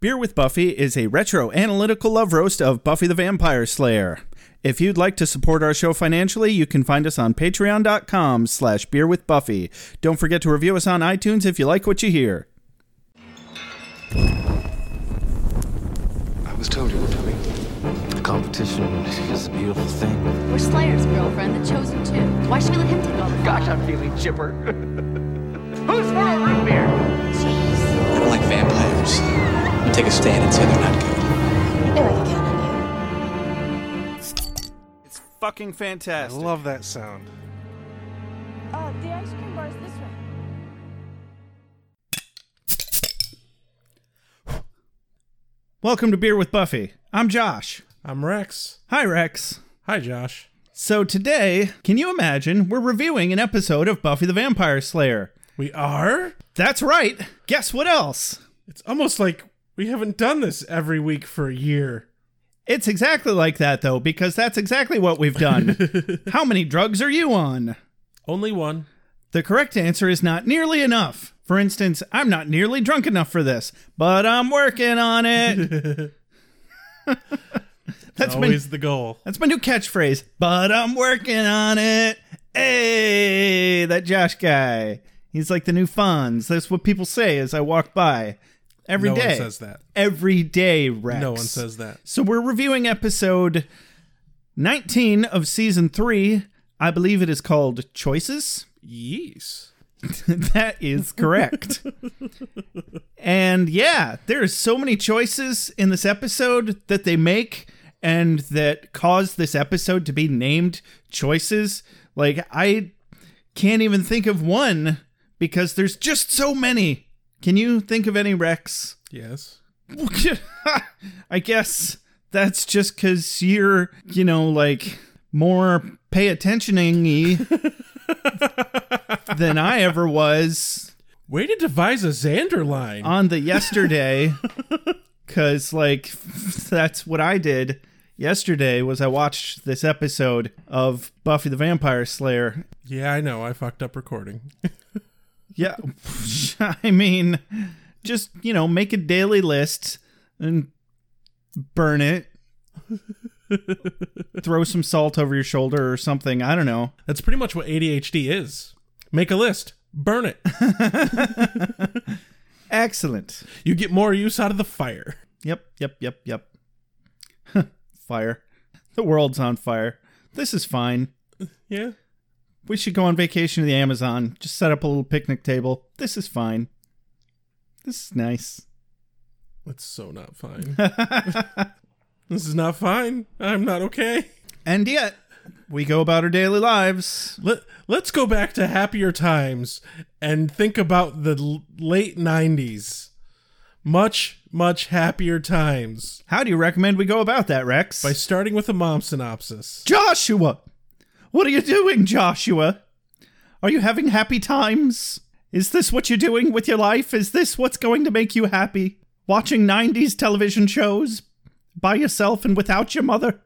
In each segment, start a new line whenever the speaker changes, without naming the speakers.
Beer with Buffy is a retro analytical love roast of Buffy the Vampire Slayer. If you'd like to support our show financially, you can find us on patreon.com slash beer with Buffy. Don't forget to review us on iTunes if you like what you hear.
I was told you were coming.
Competition is a beautiful thing.
We're Slayer's girlfriend, the chosen two. Why should we let him take all the fun?
Gosh, I'm feeling chipper. Who's for a root beer?
Jeez.
I don't like vampires. You take a stand and say they're not good.
I feel like I count on you.
It's fucking
I
fantastic.
love that sound.
Uh, the ice cream bar is this way.
Welcome to Beer with Buffy. I'm Josh.
I'm Rex.
Hi, Rex.
Hi, Josh.
So today, can you imagine, we're reviewing an episode of Buffy the Vampire Slayer.
We are?
That's right. Guess what else?
It's almost like we haven't done this every week for a year.
It's exactly like that, though, because that's exactly what we've done. How many drugs are you on?
Only one.
The correct answer is not nearly enough. For instance, I'm not nearly drunk enough for this, but I'm working on it. that's my,
Always the goal.
that's my new catchphrase, but I'm working on it. Hey, that Josh guy. He's like the new Fonz. That's what people say as I walk by every
no
day.
one says that.
Every day, Rex.
No one says that.
So we're reviewing episode 19 of season 3. I believe it is called Choices.
Yes.
that is correct. and yeah, there's so many choices in this episode that they make and that cause this episode to be named Choices. Like I can't even think of one because there's just so many. Can you think of any Rex?
Yes.
I guess that's just because you're, you know, like more pay attentioning than I ever was
Way to devise a Xander line.
on the yesterday. Because, like, that's what I did yesterday was I watched this episode of Buffy the Vampire Slayer.
yeah, I know. I fucked up recording.
Yeah, I mean, just, you know, make a daily list and burn it. Throw some salt over your shoulder or something. I don't know.
That's pretty much what ADHD is. Make a list. Burn it.
Excellent.
You get more use out of the fire.
Yep, yep, yep, yep. fire. The world's on fire. This is fine.
Yeah.
We should go on vacation to the Amazon. Just set up a little picnic table. This is fine. This is nice.
That's so not fine. this is not fine. I'm not okay.
And yet, we go about our daily lives.
Let, let's go back to happier times and think about the l- late 90s. Much, much happier times
How do you recommend we go about that, Rex?
by starting with a mom synopsis.
Joshua! What are you doing, Joshua? Are you having happy times? Is this what you're doing with your life? Is this what's going to make you happy? Watching 90s television shows by yourself and without your mother?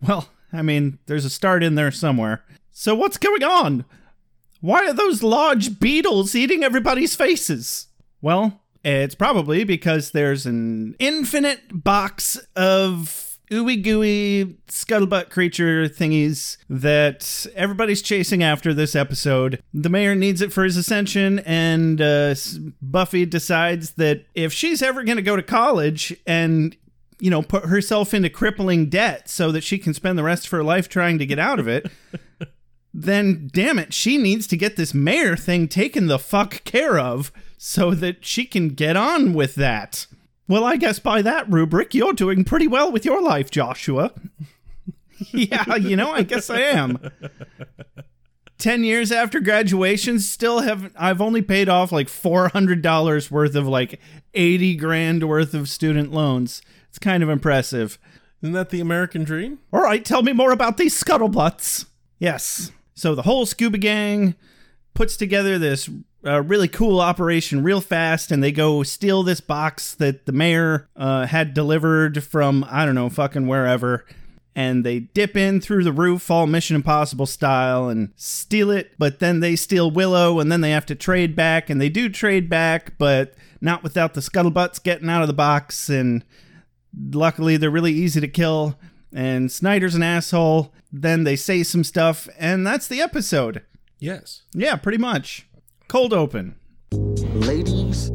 Well, I mean, there's a start in there somewhere. So what's going on? Why are those large beetles eating everybody's faces? Well, it's probably because there's an infinite box of ooey gooey scuttlebutt creature thingies that everybody's chasing after this episode. The mayor needs it for his ascension, and uh, s- Buffy decides that if she's ever going to go to college and you know, put herself into crippling debt so that she can spend the rest of her life trying to get out of it, then damn it, she needs to get this mayor thing taken the fuck care of so that she can get on with that. Well, I guess by that rubric, you're doing pretty well with your life, Joshua. yeah, you know, I guess I am. 10 years after graduation still have I've only paid off like $400 worth of like 80 grand worth of student loans. It's kind of impressive.
Isn't that the American dream?
All right, tell me more about these scuttlebutts. Yes. So the whole scuba gang puts together this uh, really cool operation real fast, and they go steal this box that the mayor uh, had delivered from I don't know fucking wherever. and they dip in through the roof, all Mission Impossible style, and steal it. But then they steal Willow, and then they have to trade back, and they do trade back, but not without the scuttlebutts getting out of the box. And luckily, they're really easy to kill. And Snyder's an asshole. Then they say some stuff, and that's the episode.
Yes.
Yeah, pretty much. Cold open.
Ladies,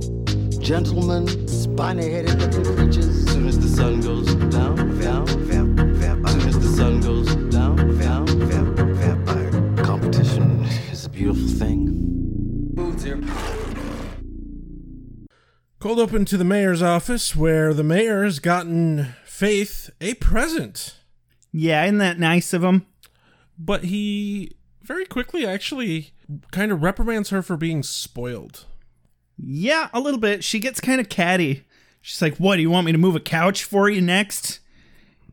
gentlemen, spiny headed looking creatures. Soon as the sun goes down, down, down, vampire. Soon as the sun goes down, down, down, vampire. Competition is a beautiful thing.
Cold open to the mayor's office where the mayor has gotten Faith a present.
Yeah, isn't that nice of him?
But he very quickly actually kind of reprimands her for being spoiled.
Yeah, a little bit. She gets kind of catty. She's like, What, do you want me to move a couch for you next?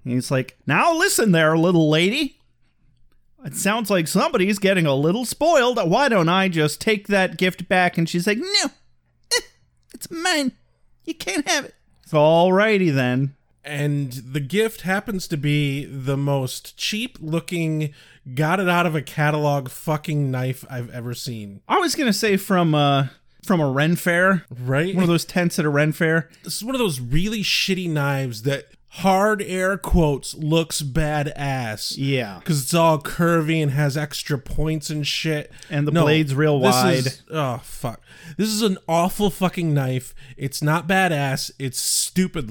And he's like, Now listen there, little lady. It sounds like somebody's getting a little spoiled. Why don't I just take that gift back? And she's like, No, Eh, it's mine. You can't have it. It's alrighty then.
And the gift happens to be the most cheap looking, got it out of a catalog fucking knife I've ever seen.
I was gonna say from uh from a Ren fair,
Right?
one of those tents at a Ren fair.
this is one of those really shitty knives that hard air quotes looks badass.
Yeah.
Because it's all curvy and has extra points and shit.
And the blade's real
this
wide.
is- oh, fuck. This is an awful fucking knife. It's not badass. It's stupid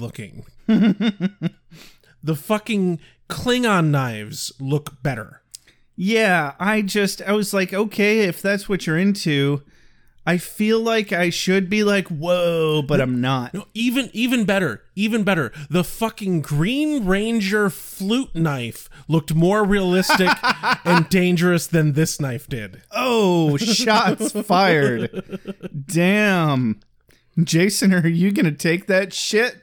looking. the fucking Klingon knives look better.
Yeah, I just I was like, okay, if that's what you're into, I feel like I should be like, whoa, but I'm not.
No, even even better, even better. The fucking Green Ranger flute knife looked more realistic and dangerous than this knife did.
Oh, shots fired. Damn. Jason, are you gonna take that shit?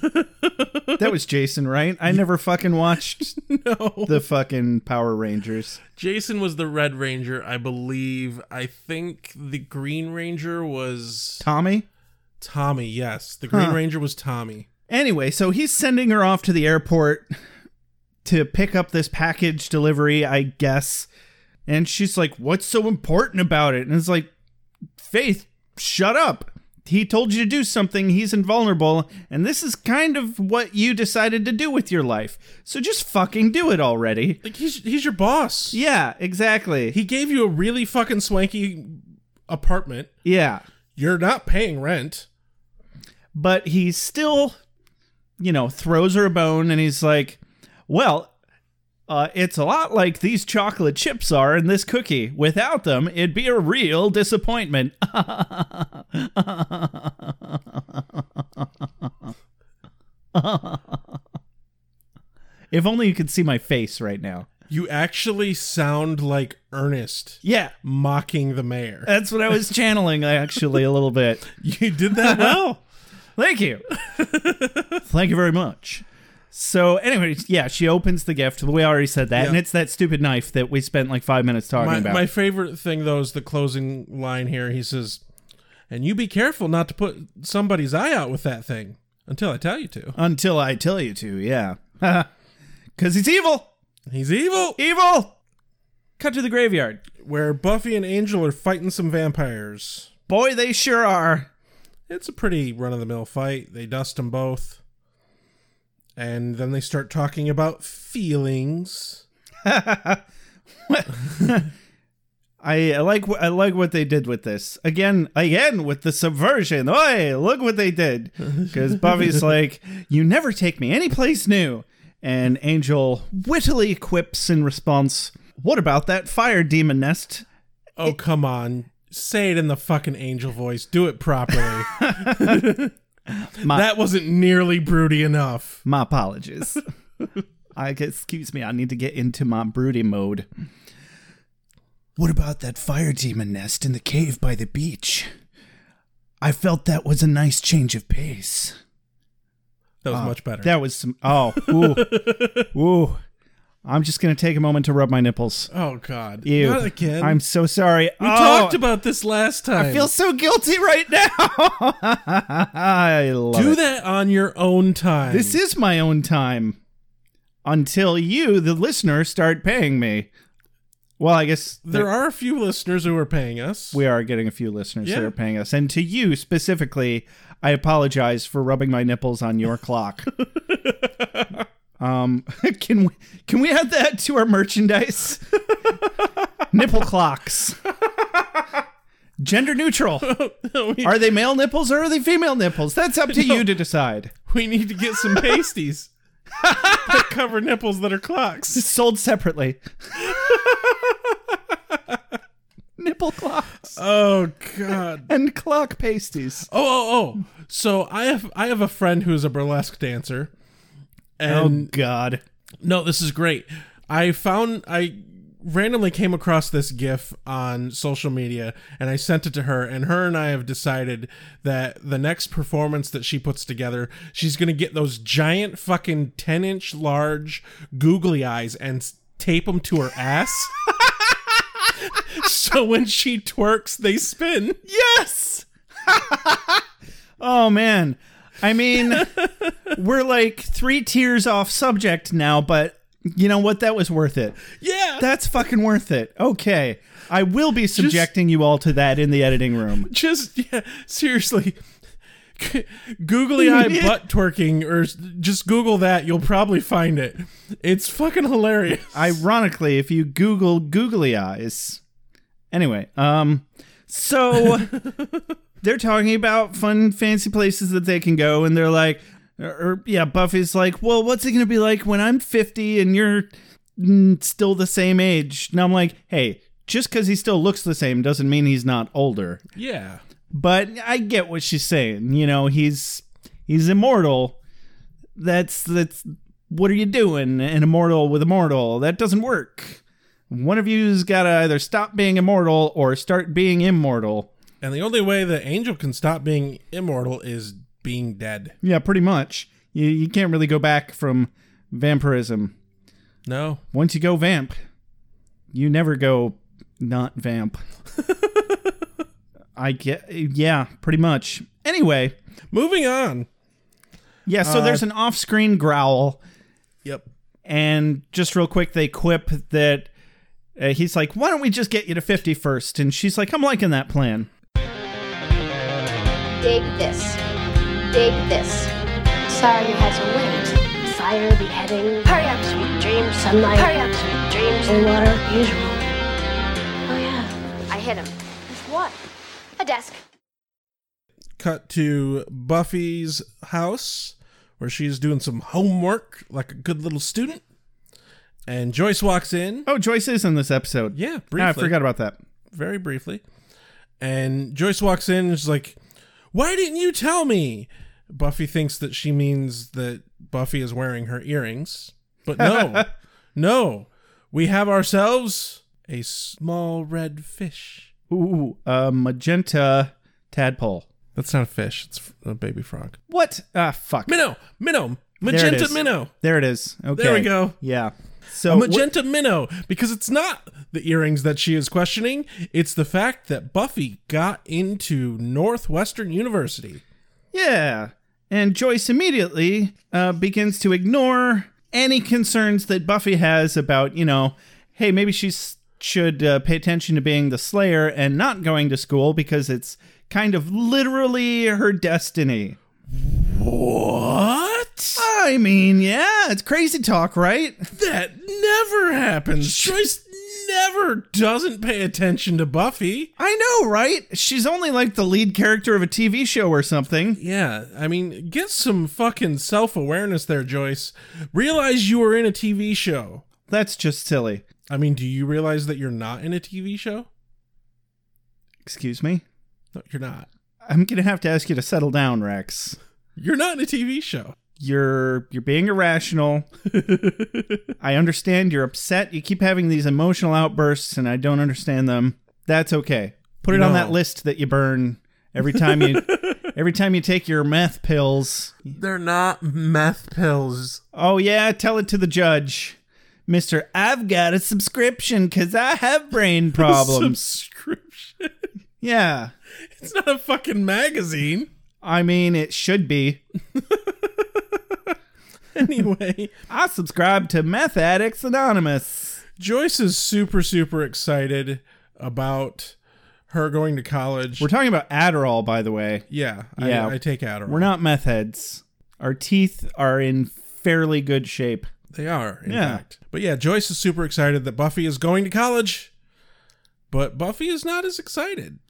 that was Jason, right? I never fucking watched the fucking Power Rangers.
Jason was the Red Ranger, I believe. I think the Green Ranger was
Tommy?
Tommy. Yes, the Green Ranger was Tommy.
Anyway, so he's sending her off to the airport to pick up this package delivery, I guess. And she's like, What's so important about it? And it's like, Faith, shut up. He told you to do something. He's invulnerable. And this is kind of what you decided to do with your life. So just fucking do it already.
Like he's he's your boss.
Yeah, exactly. He,
He gave you a really fucking swanky apartment.
yeah.
You're not paying rent.
but he still, you know, throws her a bone and he's like, well, uh, it's a lot like these chocolate chips are in this cookie. Without them, it'd be a real disappointment. if only you could see my face right now.
You actually sound like Ernest
Yeah,
mocking the mayor.
that's what I was channeling actually a little bit.
You did that well.
Thank you. Thank you very much. So, anyway, yeah, she opens the gift. We already said that.
Yeah.
And it's that stupid knife that we spent like five minutes talking
my,
about.
my favorite thing though is the closing line here he says and you be careful not to put somebody's eye out with that thing until i tell you to
Until I tell you to, yeah. Because he's evil.
he's evil
Evil. Cut to the graveyard.
where buffy and angel are fighting some vampires
Boy, they sure are.
it's a pretty run-of-the-mill fight they dust them both and then they start talking about feelings
I, I like wh- I like what they did with this again again with the subversion. Oi, look what they did! Because Buffy's like, "You never take me any place new," and Angel wittily quips in response, "What about that fire demon nest?"
oh come on say it in the fucking angel voice do it properly that wasn't nearly broody enough
My apologies. I guess- excuse me. I need to get into my broody mode. What about that fire demon nest in the cave by the beach? I felt that was a nice change of pace.
that was much better
Uh, That was some. Oh, ooh, ooh. I'm just gonna take a moment to rub my nipples.
Oh God!
Ew.
Not again.
I'm so sorry. Oh,
we talked about this last time.
I feel so guilty right now. I love
Do
it.
that on your own time.
This is my own time. until you, the listener, start paying me. Well, I guess
There are a few listeners who are paying us.
we are getting a few listeners that
Yeah.
are paying us. And to you specifically, I apologize for rubbing my nipples on your clock. um, can we can we add that to our merchandise? Nipple clocks. Gender neutral.
we,
Are they male nipples or are they female nipples? That's up to you to decide.
we need to get some pasties that cover nipples that are clocks.
It's sold separately. Nipple clocks
Oh God.
and clock pasties.
Oh, oh, oh. So I have I have a friend who's a burlesque dancer, and
God.
no, this is great. I found I randomly came across this GIF on social media, and I sent it to her. And her and I have decided that the next performance that she puts together, she's gonna get those giant fucking ten inch large googly eyes and s- tape them to her ass. so when she twerks, they spin.
Yes. oh man. I mean, we're like three tiers off subject now, but you know what? That was worth it.
Yeah.
That's fucking worth it. Okay. I will be subjecting you all to that in the editing room.
just yeah, seriously googly eye butt twerking or s- just google that you'll probably find it it's fucking hilarious
Ironically, if you Google googly eyes. Anyway, um, so they're talking about fun, fancy places that they can go, and they're like, or, or yeah, Buffy's like, well, what's it gonna be like when I'm 50 and you're mm, still the same age? And I'm like, hey, just because he still looks the same doesn't mean he's not older.
yeah
But I get what she's saying. You know, he's he's immortal. That's that's what are you doing? An immortal with immortal that doesn't work. One of you's gotta either stop being immortal or start being immortal.
and the only way that angel can stop being immortal is being dead
Yeah, pretty much. You, you can't really go back from vampirism.
no
Once you go vamp, you never go not vamp. I get, yeah, pretty much. Anyway,
moving on
yeah, so there's an off screen growl,
yep
and just real quick, they quip that uh, he's like, why don't we just get you to 50 first? And she's like, I'm liking that plan.
Dig this. Dig this. Sorry you had to wait. Fire, beheading,
Hurry up, sweet dreams.
Sunlight.
Hurry up, sweet dreams.
cold water, usual. Oh yeah.
I hit him.
With what?
A desk.
cut to buffy's house where she's doing some homework like a good little student and joyce walks in
Oh, Joyce is in this episode.
yeah
Ah,
briefly.
I forgot about that.
very briefly. And Joyce walks in and is like, Why didn't you tell me? Buffy thinks that she means that Buffy is wearing her earrings. But no, no. We have ourselves a small red fish.
Ooh, a magenta tadpole.
That's not a fish, it's a baby frog.
What? Ah, fuck.
Minnow, minnow,
There it
magenta
is. Oh,
minnow.
There it is. Okay.
we go.
Yeah.
A
So
magenta minnow, because it's not the earrings that she is questioning. It's the fact that Buffy got into Northwestern University.
wh- yeah, and Joyce immediately uh, begins to ignore any concerns that Buffy has about you know, hey, maybe she s- should uh, pay attention to being the Slayer and not going to school because it's kind of literally her destiny.
What?
I mean, yeah, it's crazy talk, right?
That never happens. Joyce never doesn't pay attention to Buffy.
I know, right? She's only like the lead character of a TV show or something.
Yeah, I mean, get some fucking self awareness there, Joyce. Realize you are in a TV show.
That's just silly.
I mean, do you realize that you're not in a TV show?
Excuse me?
No, you're not.
I'm gonna have to ask you to settle down, Rex.
You're not in a TV show.
You're you're being irrational. I understand you're upset. You keep having these emotional outbursts, and I don't understand them. That's okay. Put it on
No.
that list that you burn every time you every time you take your meth pills.
They're not meth pills.
Oh yeah, tell it to the judge, Mister. I've got a subscription because I have brain problems.
Subscription.
yeah,
It's not a fucking magazine.
I mean it should be.
anyway,
I subscribe to Meth Addicts Anonymous.
Joyce is super, super excited about her going to college.
We're talking about Adderall, by the way.
yeah,
Yeah.
I, I take Adderall.
We're not meth heads. Our teeth are in fairly good shape.
They are, in
Yeah.
fact. But yeah, Joyce is super excited that Buffy is going to college, but Buffy is not as excited.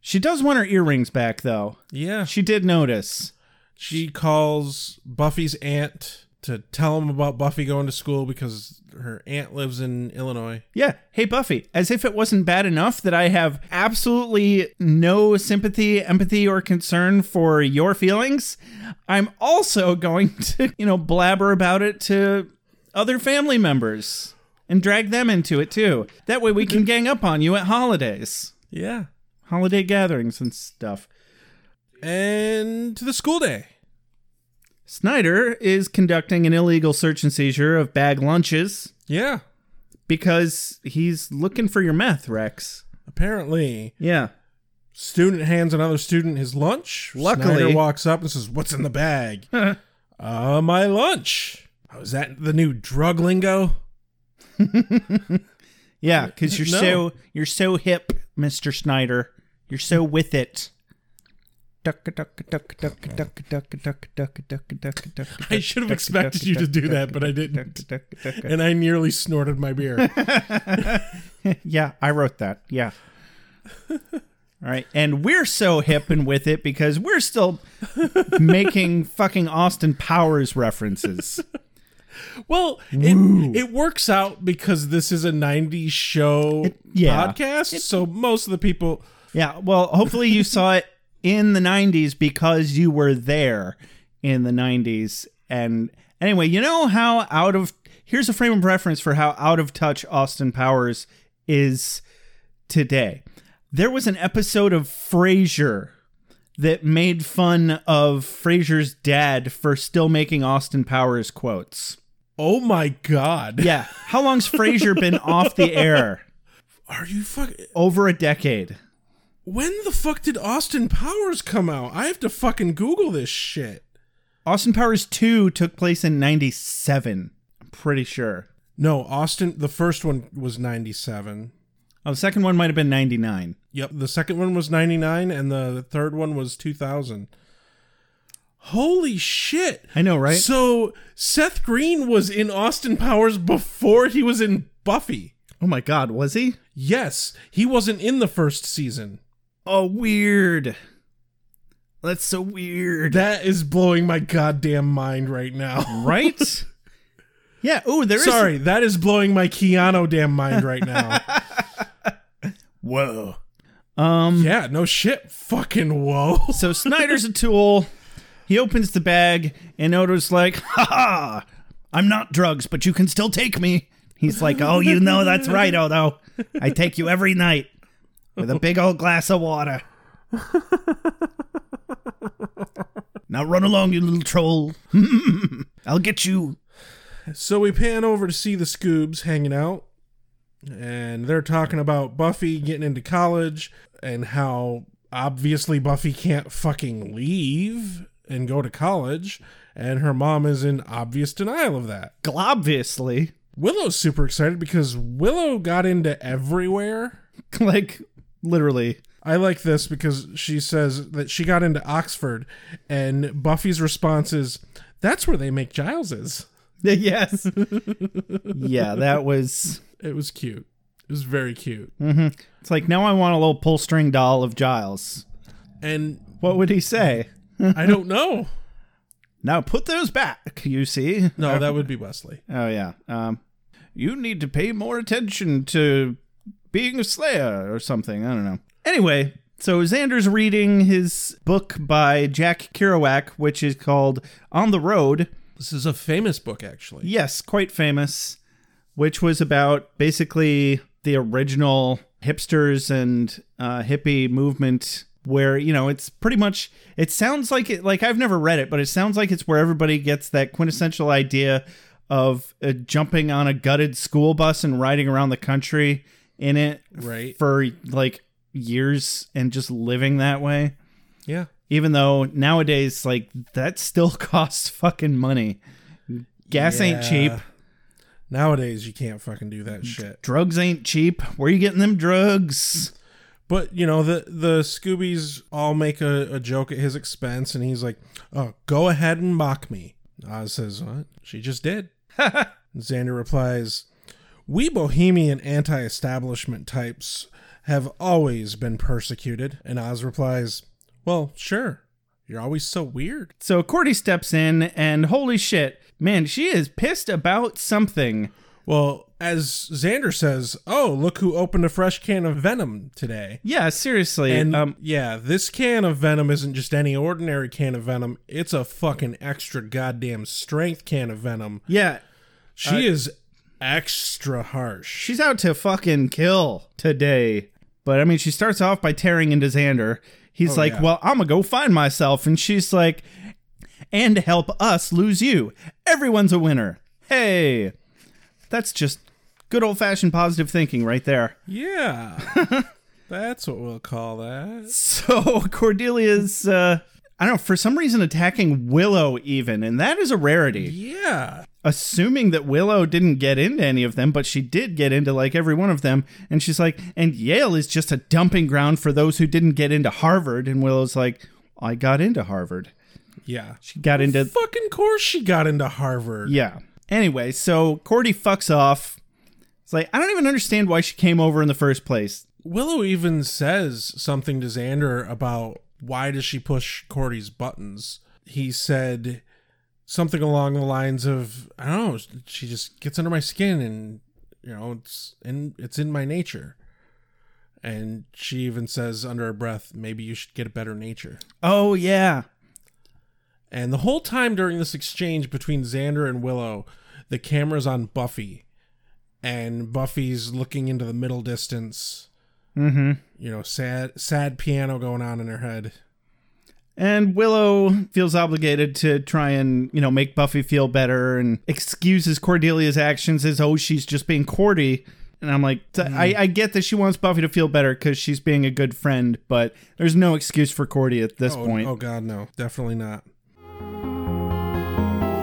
She does want her earrings back, though.
Yeah, she,
She did notice.
she calls Buffy's aunt to tell him about Buffy going to school because her aunt lives in Illinois.
Yeah. Hey, Buffy, as if it wasn't bad enough that I have absolutely no sympathy, empathy, or concern for your feelings, I'm also going to, you know, blabber about it to other family members and drag them into it too. That way we can gang up on you at holidays,
Yeah,
holiday gatherings and stuff.
and to the school day.
Snyder is conducting an illegal search and seizure of bag lunches
Yeah,
because he's looking for your meth, Rex.
apparently,
Yeah.
student hands another student his lunch.
Luckily-
Snyder walks up and says, "What's in the bag?" uh, my lunch. Oh, is that the new drug lingo?
Yeah, because you're
No.
so you're so hip, Mister Snyder. You're so with it.
I should have expected you to do that, but I didn't. And I nearly snorted my beer.
Yeah, I wrote that. Yeah. All right, and we're so hip and with it because we're still making fucking Austin Powers references.
Well, it, it works out because this is a 90s show
yeah.
podcast. so most of the people.
Yeah, well, hopefully you saw it in the 90s because you were there in the 90s. And anyway, you know how out of here's a frame of reference for how out of touch Austin Powers is today. There was an episode of Frasier that made fun of Frasier's dad for still making Austin Powers quotes.
Oh my God.
Yeah, how long's Frasier been off the air?
Are you fucking.
Over a decade.
When the fuck did Austin Powers come out? I have to fucking Google this shit.
Austin Powers 2 took place in 97. I'm pretty sure.
No, Austin, the first one was 97.
Oh, the second one might have been 99.
Yep. The second one was 99 and the third one was 2000. Holy shit.
I know, right?
So Seth Green was in Austin Powers before he was in Buffy.
Oh my god, was he?
Yes, he wasn't in the first season.
Oh, weird. That's so weird.
That is blowing my goddamn mind right now.
right? yeah, oh, there is
Sorry, that is blowing my Keanu damn mind right now.
Whoa. Um
yeah, no shit. Fucking whoa.
so Snyder's a tool. He opens the bag and Odo's like, "Ha ha. I'm not drugs, but you can still take me." He's like, "Oh, you know that's right, Odo. I take you every night with a big old glass of water." Now run along, you little troll. I'll get you.
So we pan over to see the Scoobs hanging out, and they're talking about Buffy getting into college and how obviously Buffy can't fucking leave and go to college, and her mom is in obvious denial of that.
Globviously.
Willow's super excited because Willow got into everywhere.
Like, literally.
I like this because she says that she got into Oxford, and Buffy's response is, That's where they make Giles is.
Yes. yeah, that was.
It was cute. It was very cute.
It's like, now I want a little pull string doll of Giles.
And
What would he say?
I don't know.
Now put those back, you see.
No, that would be Wesley.
Oh, yeah. Um, you need to pay more attention to being a slayer or something. I don't know. Anyway, so Xander's reading his book by Jack Kerouac, which is called On the Road.
This is a famous book, actually.
Yes, quite famous, which was about basically the original hipsters and uh, hippie movement where you know it's pretty much it sounds like it like i've never read it but it sounds like it's where everybody gets that quintessential idea of uh, jumping on a gutted school bus and riding around the country in it
Right.
for like years and just living that way
Yeah.
even though nowadays like that still costs fucking money Gas ain't
Yeah.
cheap.
Nowadays, you can't fucking do that shit.
Drugs ain't cheap. Where you getting them drugs?
But you know the the Scoobies all make a, a joke at his expense, and he's like, "Oh, go ahead and mock me." Oz says, "What? She just did." Xander replies, "We bohemian anti-establishment types have always been persecuted." And Oz replies, "Well, sure. You're always so weird."
So Cordy steps in, and holy shit, man, she is pissed about something.
Well, as Xander says, "Oh, look who opened a fresh can of venom today."
Yeah, seriously.
And
um,
yeah, this can of venom isn't just any ordinary can of venom. It's a fucking extra goddamn strength can of venom.
yeah,
She is extra harsh.
she's out to fucking kill today. But I mean, she starts off by tearing into Xander. He's like,
Oh, yeah.
"Well, I'm gonna go find myself," and she's like, "And help us lose you. Everyone's a winner. Hey, that's just good old fashioned positive thinking right there."
Yeah. That's what we'll call that.
So Cordelia's, uh, I don't know, for some reason attacking Willow even, and that is a rarity.
Yeah.
assuming that Willow didn't get into any of them, but she did get into like every one of them. And she's like, and Yale is just a dumping ground for those who didn't get into Harvard. And Willow's like, I got into Harvard.
Yeah. She
Got into.
fucking course she got into Harvard.
Yeah. Anyway, so Cordy fucks off. It's like, I don't even understand why she came over in the first place.
Willow even says something to Xander about why does she push Cordy's buttons. He said something along the lines of, "I don't know, she just gets under my skin, and you know, it's in it's in my nature." And she even says under her breath, "Maybe you should get a better nature."
Oh, yeah.
And the whole time during this exchange between Xander and Willow, the camera's on Buffy, and Buffy's looking into the middle distance. Mm-hmm. You know, sad, sad piano going on in her head.
And Willow feels obligated to try and, you know, make Buffy feel better and excuses Cordelia's actions as, oh, she's just being Cordy. And I'm like, t-
Mm.
I, I get that she wants Buffy to feel better because she's being a good friend, but there's no excuse for Cordy at this
Oh,
point.
oh God, no, definitely not.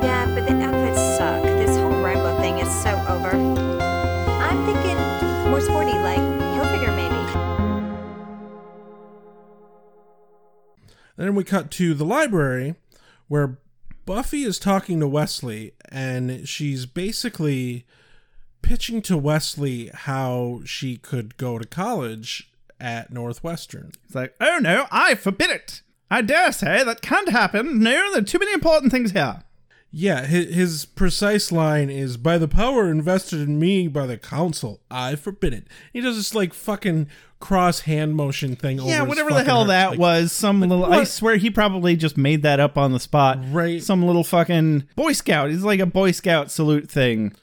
Yeah, but the outfits suck. This whole rainbow thing is so over. I'm thinking more sporty, like Hilfiger maybe.
Then we cut to the library where Buffy is talking to Wesley and she's basically pitching to Wesley how she could go to college at Northwestern.
It's like, oh no, I forbid it. I dare say that can't happen. No, there are too many important things here.
Yeah, his, his precise line is by the power invested in me by the council, I forbid it. He does this like fucking cross hand motion thing. over
Yeah,
his
whatever the
fucking
hell
heart.
that
Like,
was. Some little. I
what?
swear he probably just made that up on the spot.
Right.
Some little fucking Boy Scout. It's like a Boy Scout salute thing.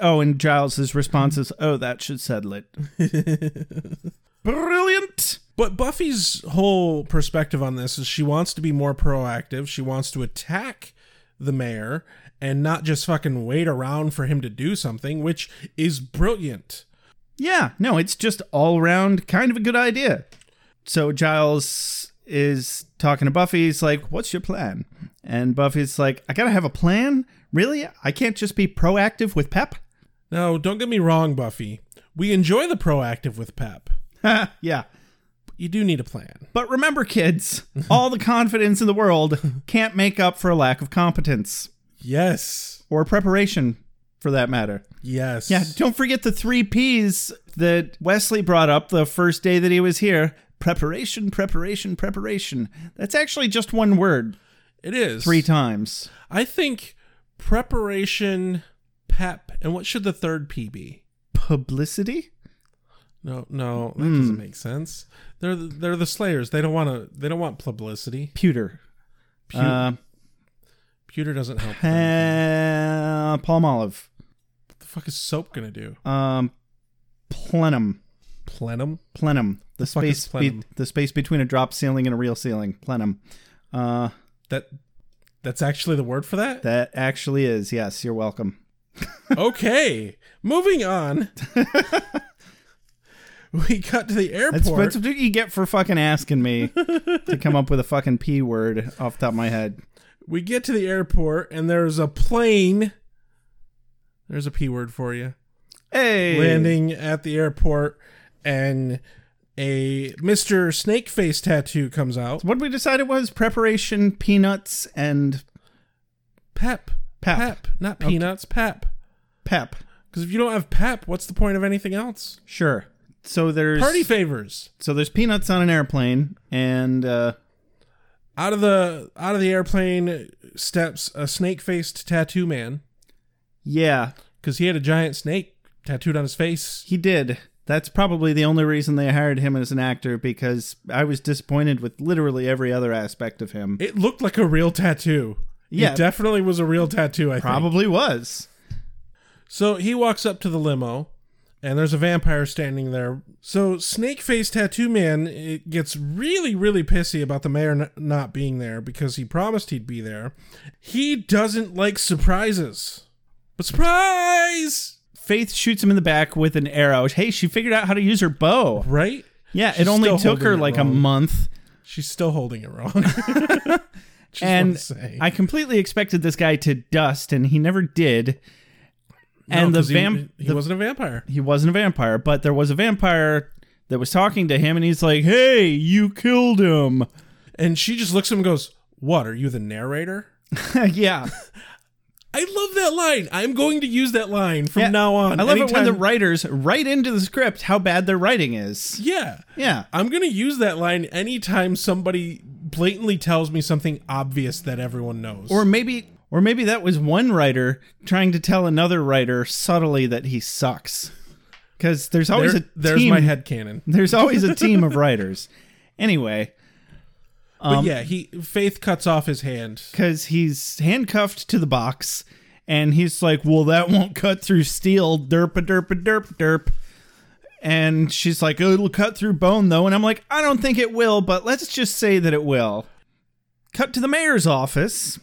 Oh, and Giles's response is, "Oh, that should settle it." Brilliant.
But Buffy's whole perspective on this is she wants to be more proactive. She wants to attack the mayor and not just fucking wait around for him to do something, which is brilliant.
Yeah. No, it's just all round kind of a good idea. So Giles is talking to Buffy. He's like, "What's your plan?" And Buffy's like, "I gotta have a plan. Really? I can't just be proactive with Pep."
Now, don't get me wrong, Buffy. We enjoy the proactive with Pep.
yeah.
But you do need a plan.
But remember, kids, all the confidence in the world can't make up for a lack of competence
Yes.
or preparation, for that matter.
Yes.
Yeah, don't forget the three P's that Wesley brought up the first day that he was here preparation, preparation, preparation. That's actually just one word
It is.
three times.
I think preparation, pep, and what should the third P be?
Publicity?
No, no, that doesn't make sense. They're the, they're the Slayers. They don't want to. They don't want publicity.
Pewter.
Pu-
Uh,
Pewter doesn't help.
pa-
them.
palm olive.
What the fuck is soap gonna do?
Um, plenum.
Plenum.
Plenum. The,
fuck is
space
plenum?
Be- the space between a drop ceiling and a real ceiling. Plenum. Uh,
That that's actually the word for that.
That actually is. Yes, you're welcome.
okay, moving on. we cut to the airport.
That's, that's what you get for fucking asking me to come up with a fucking P word off the top of my head.
we get to the airport and there's a plane There's a P word for you.
Hey.
landing at the airport and a Mr. Snake Face tattoo comes out.
What we decided was preparation, peanuts, and
Pep.
Pep.
Not peanuts, pep.
pep.
Because if you don't have pep, what's the point of anything else?
Sure. So there's
Party favors.
so there's peanuts on an airplane, and uh,
Out of the out of the airplane steps a snake faced tattoo man.
yeah,
Because he had a giant snake tattooed on his face.
he did. That's probably the only reason they hired him as an actor because I was disappointed with literally every other aspect of him.
It looked like a real tattoo.
Yeah.
It definitely was a real tattoo, I think.
probably was.
So he walks up to the limo, and there's a vampire standing there. So Snake Face Tattoo Man it gets really, really pissy about the mayor n- not being there because he promised he'd be there. He doesn't like surprises. But surprise!
Faith shoots him in the back with an arrow. Hey, she figured out how to use her bow.
Right?
Yeah,
She's
it only
still
took her
holding it
like a
wrong.
month.
She's still holding it wrong. Just wanna
and
say.
I completely expected this guy to dust, and he never did. and the
'cause he-
vamp
he,
the-
wasn't a vampire.
he wasn't a vampire, but there was a vampire that was talking to him, and he's like, "Hey, you killed him."
And she just looks at him and goes, "What? Are you the narrator?"
yeah,
I love that line. I'm going to use that line from
Yeah.
now on.
I love it when
Anytime-
the writers write into the script how bad their writing is.
Yeah.
Yeah,
I'm going to use that line anytime somebody blatantly tells me something obvious that everyone knows.
or maybe, or maybe that was one writer trying to tell another writer subtly that he sucks, because there's always
There-
a
there's
team,
my head cannon.
There's always a team of writers. Anyway, Um,
but yeah, he Faith cuts off his hand.
because he's handcuffed to the box and he's like, Well, that won't cut through steel. Derp a derp a derp derp. And she's like, oh, It'll cut through bone though. And I'm like, I don't think it will, but let's just say that it will. Cut to the mayor's office.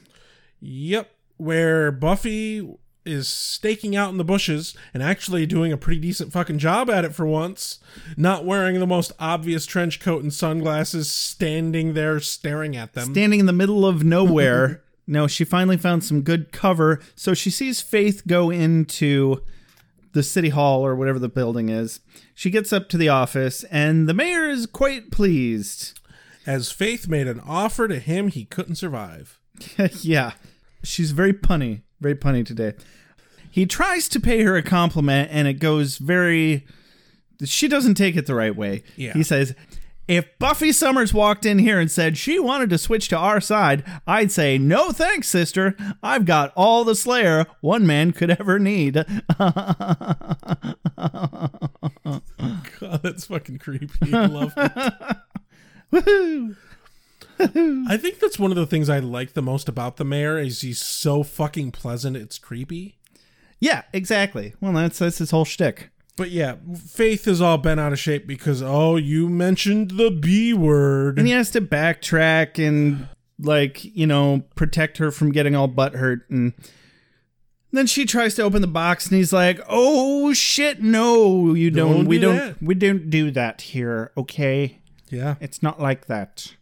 Yep, where Buffy is staking out in the bushes and actually doing a pretty decent fucking job at it for once, not wearing the most obvious trench coat and sunglasses, standing there staring at them.
standing in the middle of nowhere. no, she finally found some good cover. So she sees Faith go into the city hall or whatever the building is. She gets up to the office, and the mayor is quite pleased.
As Faith made an offer to him he couldn't survive.
yeah, she's very punny, very punny today. He tries to pay her a compliment, and it goes very. She doesn't take it the right way.
Yeah.
He says, If Buffy Summers walked in here and said she wanted to switch to our side, I'd say, No thanks, sister. I've got all the Slayer one man could ever need.
God, that's fucking creepy. I love it.
Woohoo!
I think that's one of the things I like the most about the mayor is he's so fucking pleasant. It's creepy.
Yeah, exactly. Well, that's, that's his whole shtick.
But yeah, Faith is all bent out of shape because oh, you mentioned the B word.
And he has to backtrack and like, you know, protect her from getting all butthurt and then she tries to open the box and he's like, "Oh shit, no, you don't.
Don't
we
do
don't
that."
we don't do that here, okay?
yeah,
It's not like that."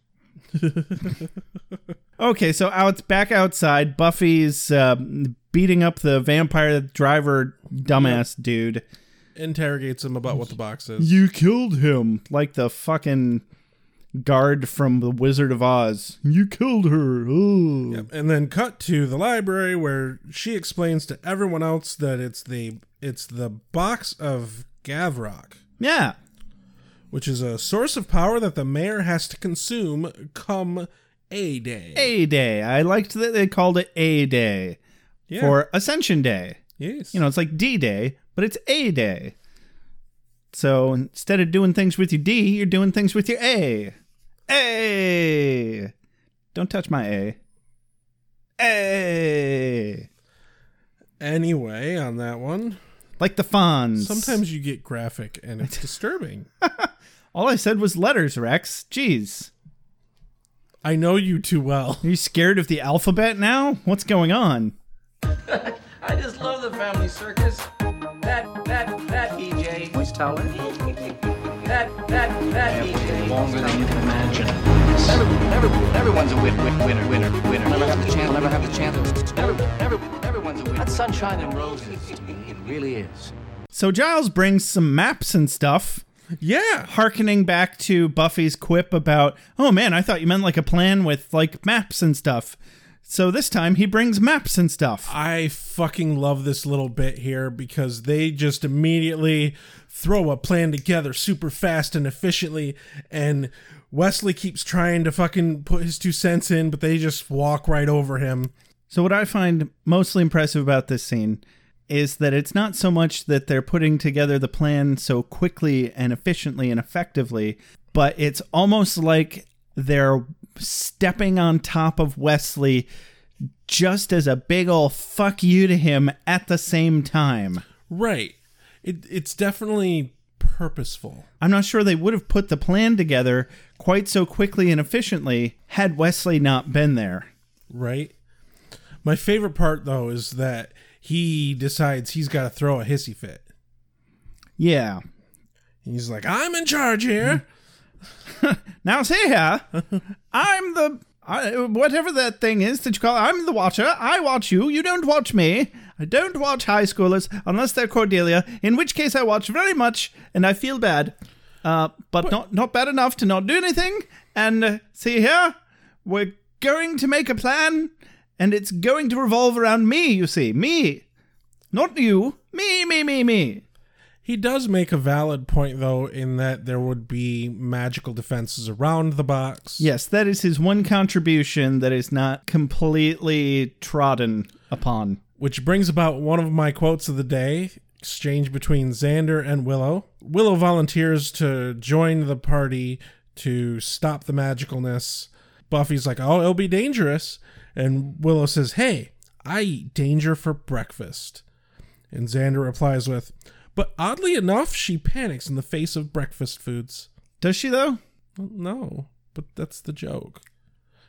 okay, so out back outside, Buffy's uh, beating up the vampire driver dumbass dude.
interrogates him about what the box is.
You killed him. Like the fucking guard from The Wizard of Oz. You killed her. Ooh.
Yep. And then cut to the library where she explains to everyone else that it's the it's the box of Gavrock,
Yeah.
which is a source of power that the mayor has to consume come a day.
A Day. I liked that they called it A Day
yeah.
for Ascension Day.
yes.
You know, it's like D Day, but it's A Day. So instead of doing things with your D, you're doing things with your A. A. Don't touch my A. A.
Anyway, on that one.
Like the Fonz.
Sometimes you get graphic and it's disturbing.
All I said was letters, Rex. Jeez.
I know you too well.
Are you scared of the alphabet now? What's going on?
I just love the family circus. That, that, that EJ was taller. That, that, that EJ.
Longer than you can imagine.
Every, every, everyone's a win, win, winner, winner, winner. Never have the chance, never have the chance. Every, every, everyone's a winner. That's sunshine and roses to me. It really is.
So Giles brings some maps and stuff,
Yeah.
harkening back to Buffy's quip about, oh man, I thought you meant like a plan with like maps and stuff. So this time he brings maps and stuff.
I fucking love this little bit here because they just immediately throw a plan together super fast and efficiently. And Wesley keeps trying to fucking put his two cents in, but they just walk right over him.
So what I find mostly impressive about this scene is that it's not so much that they're putting together the plan so quickly and efficiently and effectively, but it's almost like they're stepping on top of Wesley just as a big ol' fuck you to him at the same time.
Right. It, it's definitely purposeful.
I'm not sure they would have put the plan together quite so quickly and efficiently had Wesley not been there.
Right. My favorite part, though, is that he decides he's got to throw a hissy fit.
Yeah.
He's like, I'm in charge here.
Now see here, I'm the I, whatever that thing is that you call. I'm the watcher. I watch you. You don't watch me. I don't watch high schoolers unless they're Cordelia, in which case I watch very much and I feel bad, uh, but, not not bad enough to not do anything. And uh, see here, we're going to make a plan, and it's going to revolve around me. You see, me, not you. Me, me, me, me.
He does make a valid point, though, in that there would be magical defenses around the box.
Yes, that is his one contribution that is not completely trodden upon.
Which brings about one of my quotes of the day exchange between Xander and Willow. Willow volunteers to join the party to stop the magicalness. Buffy's like, oh, it'll be dangerous. And Willow says, hey, I eat danger for breakfast. And Xander replies with, but oddly enough, she panics in the face of breakfast foods.
Does she though?
No, but that's the joke.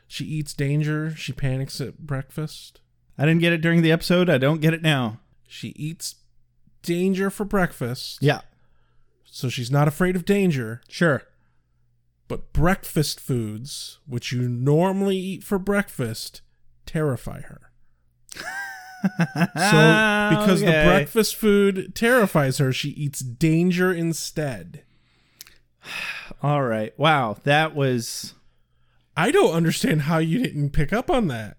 She eats danger. She panics at breakfast.
I didn't get it during the episode. I don't get it now.
She eats danger for breakfast.
Yeah,
So she's not afraid of danger.
sure.
But breakfast foods, which you normally eat for breakfast, terrify her. So because
Oh, Okay.
the breakfast food terrifies her, she eats danger instead.
All right. Wow, that was
I don't understand how you didn't pick up on that.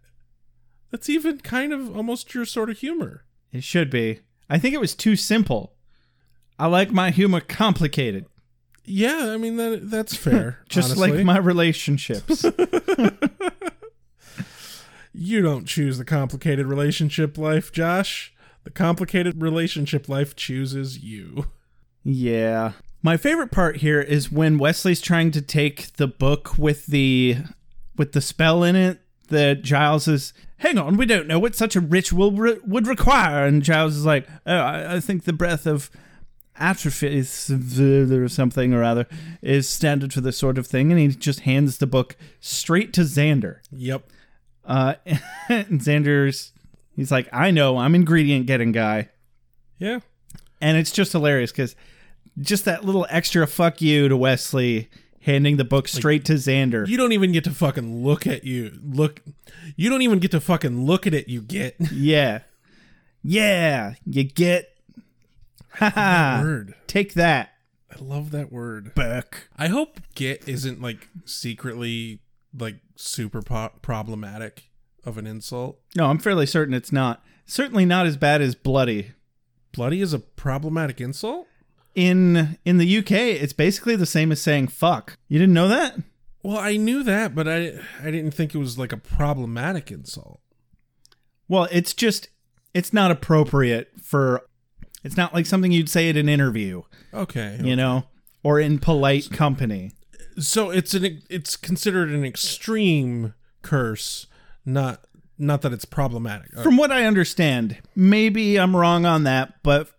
That's even kind of almost your sort of humor.
it should be. I think it was too simple. I like my humor complicated,
Yeah, I mean that that's fair.
just
honestly.
like my relationships.
you don't choose the complicated relationship life, Josh. The complicated relationship life chooses you.
Yeah. My favorite part here is when Wesley's trying to take the book with the with the spell in it that Giles is hang on, we don't know what such a ritual re- would require and Giles is like, "Oh, I, I think the breath of atrophy is- or something or other is standard for this sort of thing." And he just hands the book straight to Xander.
Yep.
Uh and Xander's he's like, "I know, I'm ingredient getting guy."
Yeah.
And it's just hilarious because just that little extra fuck you to Wesley handing the book straight to Xander.
You don't even get to fucking look at you. Look. You don't even get to fucking look at it. You get
yeah. Yeah. You get. Haha.
word.
Take that,
I love that word.
Burke.
I hope get isn't like secretly like super po- problematic of an insult.
No, I'm fairly certain it's not. Certainly not as bad as bloody.
Bloody is a problematic insult.
In in the UK, it's basically the same as saying fuck. You didn't know that?
Well, I knew that, but I I didn't think it was like a problematic insult.
Well, it's just it's not appropriate for it's not like something you'd say at an interview,
Okay.
you know, or in polite company.
So it's an it's considered an extreme curse, not not that it's problematic.
From what I understand, maybe I'm wrong on that, but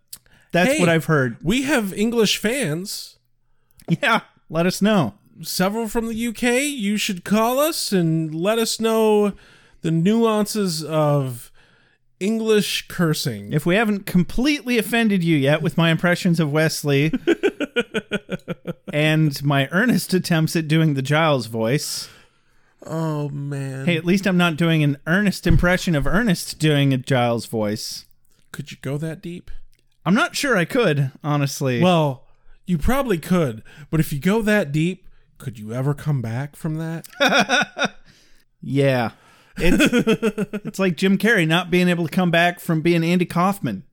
that's
Hey,
what I've heard.
We have English fans,
Yeah, let us know.
several from the UK. You should call us and let us know the nuances of English cursing.
If we haven't completely offended you yet with my impressions of Wesley and my earnest attempts at doing the Giles voice.
oh man.
Hey, at least I'm not doing an earnest impression of Ernest doing a Giles voice.
Could you go that deep?
I'm not sure I could, honestly.
Well, you probably could, but if you go that deep, could you ever come back from that?
yeah. It's, it's like Jim Carrey not being able to come back from being Andy Kaufman.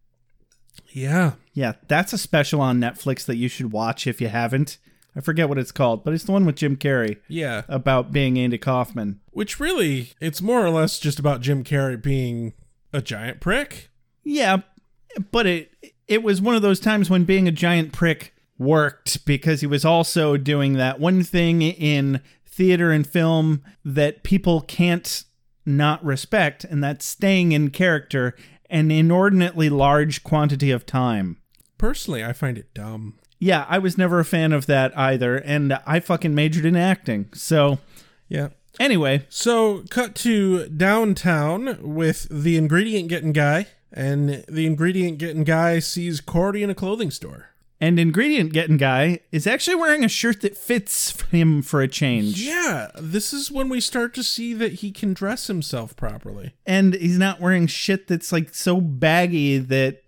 yeah.
Yeah, that's a special on Netflix that you should watch if you haven't. I forget what it's called, but it's the one with Jim Carrey
Yeah.
about being Andy Kaufman.
Which really, it's more or less just about Jim Carrey being a giant prick.
Yeah, but it it was one of those times when being a giant prick worked because he was also doing that one thing in theater and film that people can't not respect and that's staying in character an inordinately large quantity of time.
Personally, I find it dumb.
Yeah, I was never a fan of that either and I fucking majored in acting. So,
Yeah.
anyway,
So, cut to downtown with the ingredient getting guy, and the ingredient getting guy sees Cordy in a clothing store.
and ingredient getting guy is actually wearing a shirt that fits him for a change.
Yeah, this is when we start to see that he can dress himself properly.
and he's not wearing shit that's like so baggy that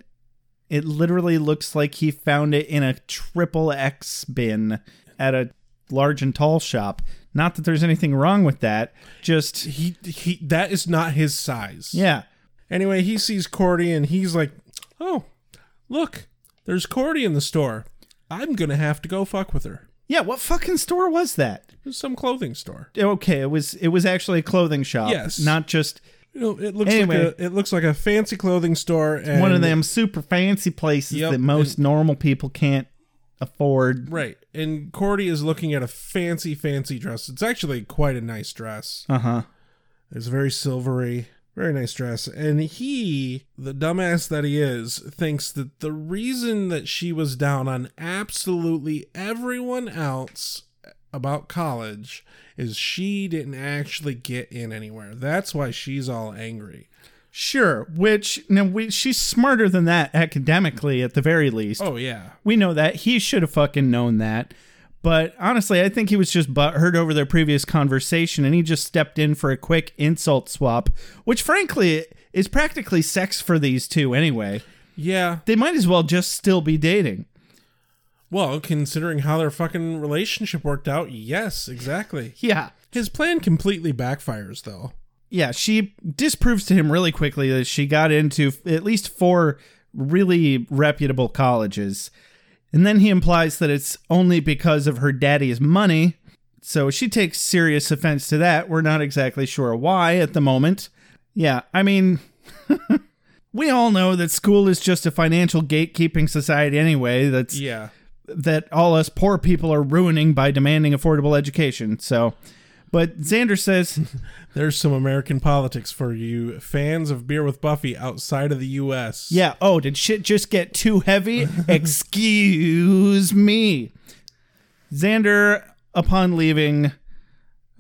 it literally looks like he found it in a triple X bin at a large and tall shop. Not that there's anything wrong with that, just
He he that is not his size.
yeah.
Anyway, he sees Cordy and he's like, "Oh, look, there's Cordy in the store. I'm gonna have to go fuck with her."
Yeah, what fucking store was that?
It's some clothing store.
Okay, it was it was actually a clothing shop.
Yes.
Not just
You know, it looks
Anyway.
like a it looks like a fancy clothing store. And
one of them super fancy places
Yep,
that most normal people can't afford.
Right. And Cordy is looking at a fancy, fancy dress. It's actually quite a nice dress.
Uh huh.
It's very silvery. Very nice dress. And he, the dumbass that he is, thinks that the reason that she was down on absolutely everyone else about college is she didn't actually get in anywhere. That's why she's all angry.
Sure. Which now we, she's smarter than that academically, at the very least.
Oh, yeah.
We know that. He should have fucking known that. But honestly, I think he was just butthurt over their previous conversation and he just stepped in for a quick insult swap, which frankly is practically sex for these two anyway.
Yeah.
They might as well just still be dating.
Well, considering how their fucking relationship worked out, yes, exactly.
Yeah.
His plan completely backfires, though.
Yeah, she disproves to him really quickly that she got into f- at least four really reputable colleges. And then he implies that it's only because of her daddy's money. So she takes serious offense to that. We're not exactly sure why at the moment. Yeah, I mean, we all know that school is just a financial gatekeeping society anyway. That's
Yeah.
that all us poor people are ruining by demanding affordable education. So, but Xander says
There's some American politics for you fans of Beer with Buffy outside of the US.
Yeah. Oh, did shit just get too heavy? Excuse me. Xander, upon leaving,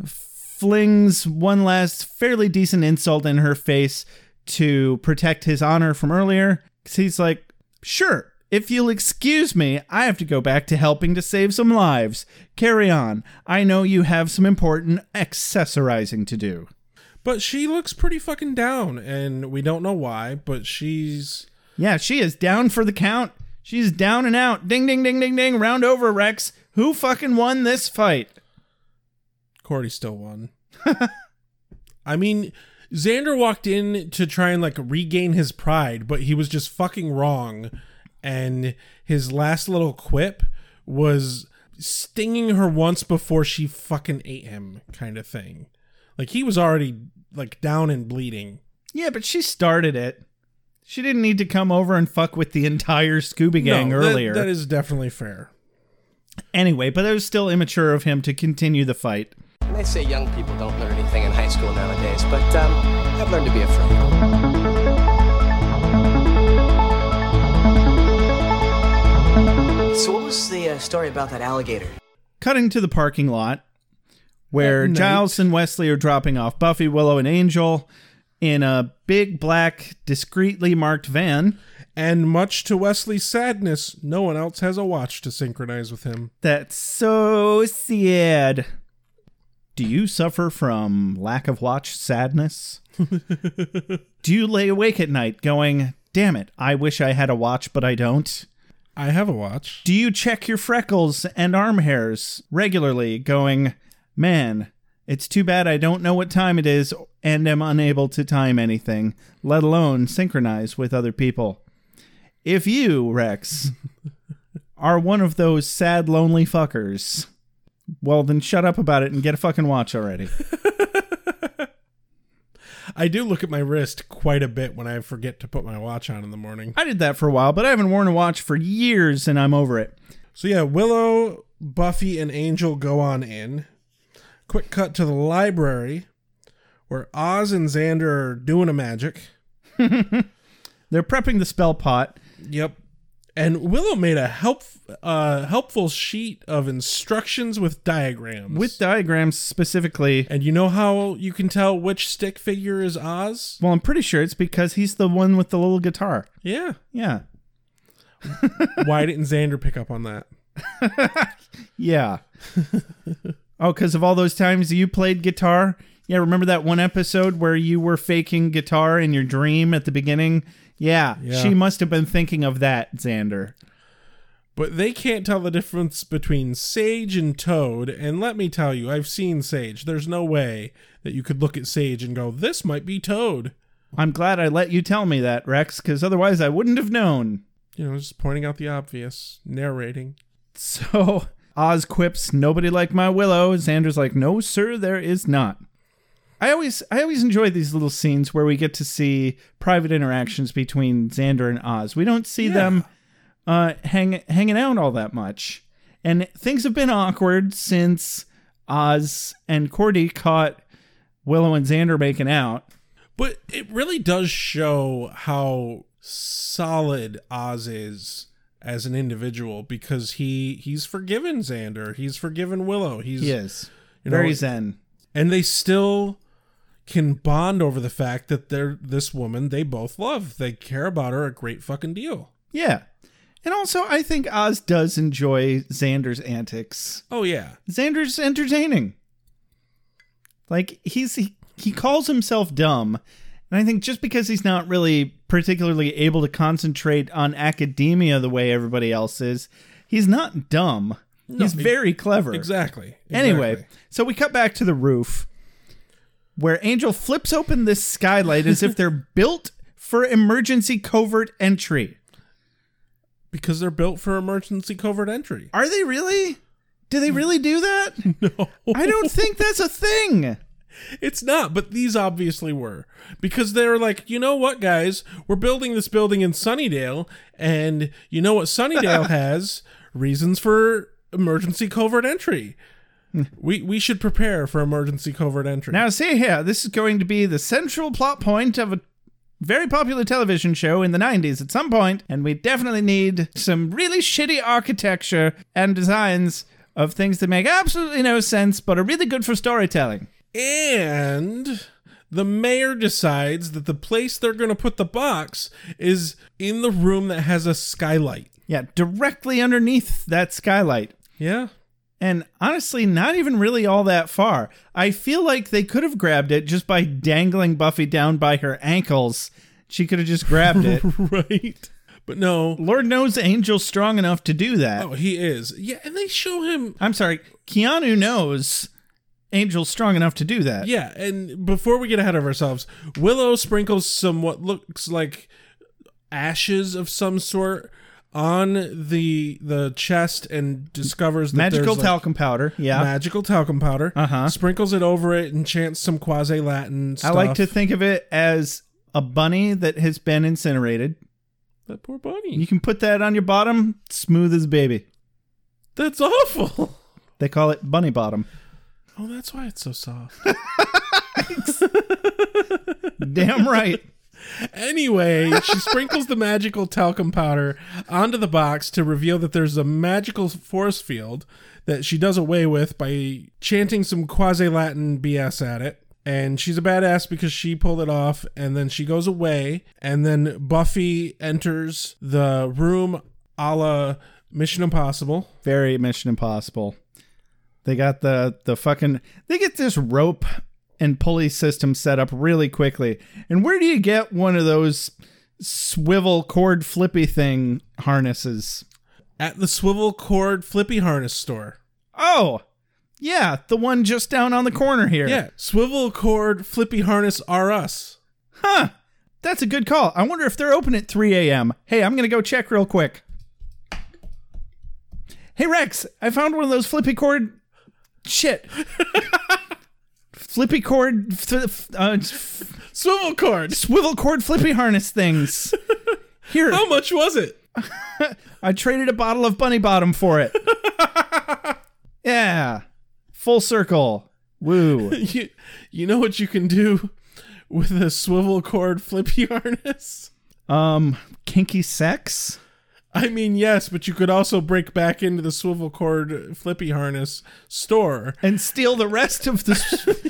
flings one last fairly decent insult in her face to protect his honor from earlier. 'Cause he's like, sure, if you'll excuse me, I have to go back to helping to save some lives. Carry on. I know you have some important accessorizing to do.
But she looks pretty fucking down, and we don't know why, but she's.
Yeah, she is down for the count. She's down and out. Ding, ding, ding, ding, ding. Round over, Rex. Who fucking won this fight?
Cordy still won. I mean, Xander walked in to try and like regain his pride, but he was just fucking wrong. And his last little quip was stinging her once before she fucking ate him, kind of thing. Like he was already like down and bleeding.
Yeah, but she started it. She didn't need to come over and fuck with the entire Scooby Gang
No, that-
earlier.
that is definitely fair.
anyway, but it was still immature of him to continue the fight.
And they say young people don't learn anything in high school nowadays, but um, I've learned to be afraid.
So, what was the uh, story about that alligator?
Cutting to the parking lot where
At night.
Giles and Wesley are dropping off Buffy, Willow, and Angel in a big black, discreetly marked van.
And much to Wesley's sadness, no one else has a watch to synchronize with him.
That's so sad. Do you suffer from lack of watch sadness? Do you lay awake at night going, Damn it. I wish I had a watch, but I don't.
I have a watch.
Do you check your freckles and arm hairs regularly, going, man, it's too bad I don't know what time it is and am unable to time anything, let alone synchronize with other people? If you, Rex, are one of those sad, lonely fuckers, well, then shut up about it and get a fucking watch already.
I do look at my wrist quite a bit when I forget to put my watch on in the morning.
I did that for a while, but I haven't worn a watch for years and I'm over it.
So yeah, Willow, Buffy, and Angel go on in. Quick cut to the library, where Oz and Xander are doing a magic.
They're prepping the spell pot.
Yep. And Willow made a help uh, helpful sheet of instructions with diagrams.
With diagrams specifically,
and you know how you can tell which stick figure is Oz?
well, I'm pretty sure it's because he's the one with the little guitar.
Yeah.
Yeah.
Why didn't Xander pick up on that?
Yeah. oh, because of all those times you played guitar? Yeah, remember that one episode where you were faking guitar in your dream at the beginning? Yeah,
Yeah.
she must have been thinking of that, Xander.
But they can't tell the difference between Sage and Toad. And let me tell you, I've seen Sage. There's no way that you could look at Sage and go, this might be Toad.
I'm glad I let you tell me that, Rex, because otherwise I wouldn't have known.
You know, just pointing out the obvious, narrating.
So Oz quips, "Nobody like my Willow." Xander's like, "No, sir, there is not." I always, I always enjoy these little scenes where we get to see private interactions between Xander and Oz. We don't see them uh, hang, hanging out all that much, and things have been awkward since Oz and Cordy caught Willow and Xander making out.
But it really does show how solid Oz is as an individual because he he's forgiven Xander, he's forgiven Willow, he's
Yes,
you know,
very zen.
and they still can bond over the fact that they're this woman they both love. They care about her a great fucking deal.
Yeah, and also I think Oz does enjoy Xander's antics.
Oh yeah.
Xander's entertaining. Like he's he, he calls himself dumb, and I think just because he's not really particularly able to concentrate on academia the way everybody else is, he's not dumb. he's
he-
very clever.
Exactly.
Anyway,
Exactly.
so we cut back to the roof where Angel flips open this skylight as if they're built for emergency covert entry.
because they're built for emergency covert entry.
Are they really? Do they really do that?
No.
I don't think that's a thing.
It's not, but these obviously were. Because they were like, you know what, guys? We're building this building in Sunnydale, and you know what Sunnydale has? Reasons for emergency covert entry. We we should prepare for emergency covert entry.
Now, see here, this is going to be the central plot point of a very popular television show in the 90s at some point, and we definitely need some really shitty architecture and designs of things that make absolutely no sense but are really good for storytelling.
and the mayor decides that the place they're going to put the box is in the room that has a skylight.
Yeah, directly underneath that skylight.
Yeah.
And honestly, not even really all that far. I feel like they could have grabbed it just by dangling Buffy down by her ankles. She could have just grabbed it.
right. But no.
Lord knows Angel's strong enough to do that.
Oh, he is. Yeah, and they show him
I'm sorry, Keanu knows Angel's strong enough to do that.
Yeah, and before we get ahead of ourselves, Willow sprinkles some what looks like ashes of some sort on the the chest and discovers that
Magical
there's, like,
talcum powder. Yeah.
magical talcum powder.
Uh-huh.
Sprinkles it over it and chants some quasi Latin.
I
stuff.
like to think of it as a bunny that has been incinerated.
that poor bunny.
You can put that on your bottom, smooth as a baby.
that's awful.
They call it bunny bottom.
Oh, that's why it's so soft.
Damn right.
Anyway, she sprinkles the magical talcum powder onto the box to reveal that there's a magical force field that she does away with by chanting some quasi Latin BS at it. And she's a badass because she pulled it off, and then she goes away, and then Buffy enters the room a la Mission Impossible.
Very Mission Impossible. They got the the fucking they get this rope and pulley system set up really quickly. And where do you get one of those swivel cord flippy thing harnesses.
At the swivel cord flippy harness store.
Oh, yeah, the one just down on the corner here.
Yeah, swivel cord flippy harness are us.
Huh. That's a good call. I wonder if they're open at 3 a.m. Hey, I'm going to go check real quick. Hey, Rex, I found one of those flippy cord. Shit. flippy cord. F- f- uh, f-
Swivel cord.
swivel cord flippy harness things. Here,
How much was it?
I traded a bottle of Bunny Bottom for it. yeah. Full circle. Woo.
You, you know what you can do with a swivel cord flippy harness?
Um, kinky sex?
I mean, yes, but you could also break back into the swivel cord flippy harness store.
and steal the rest of the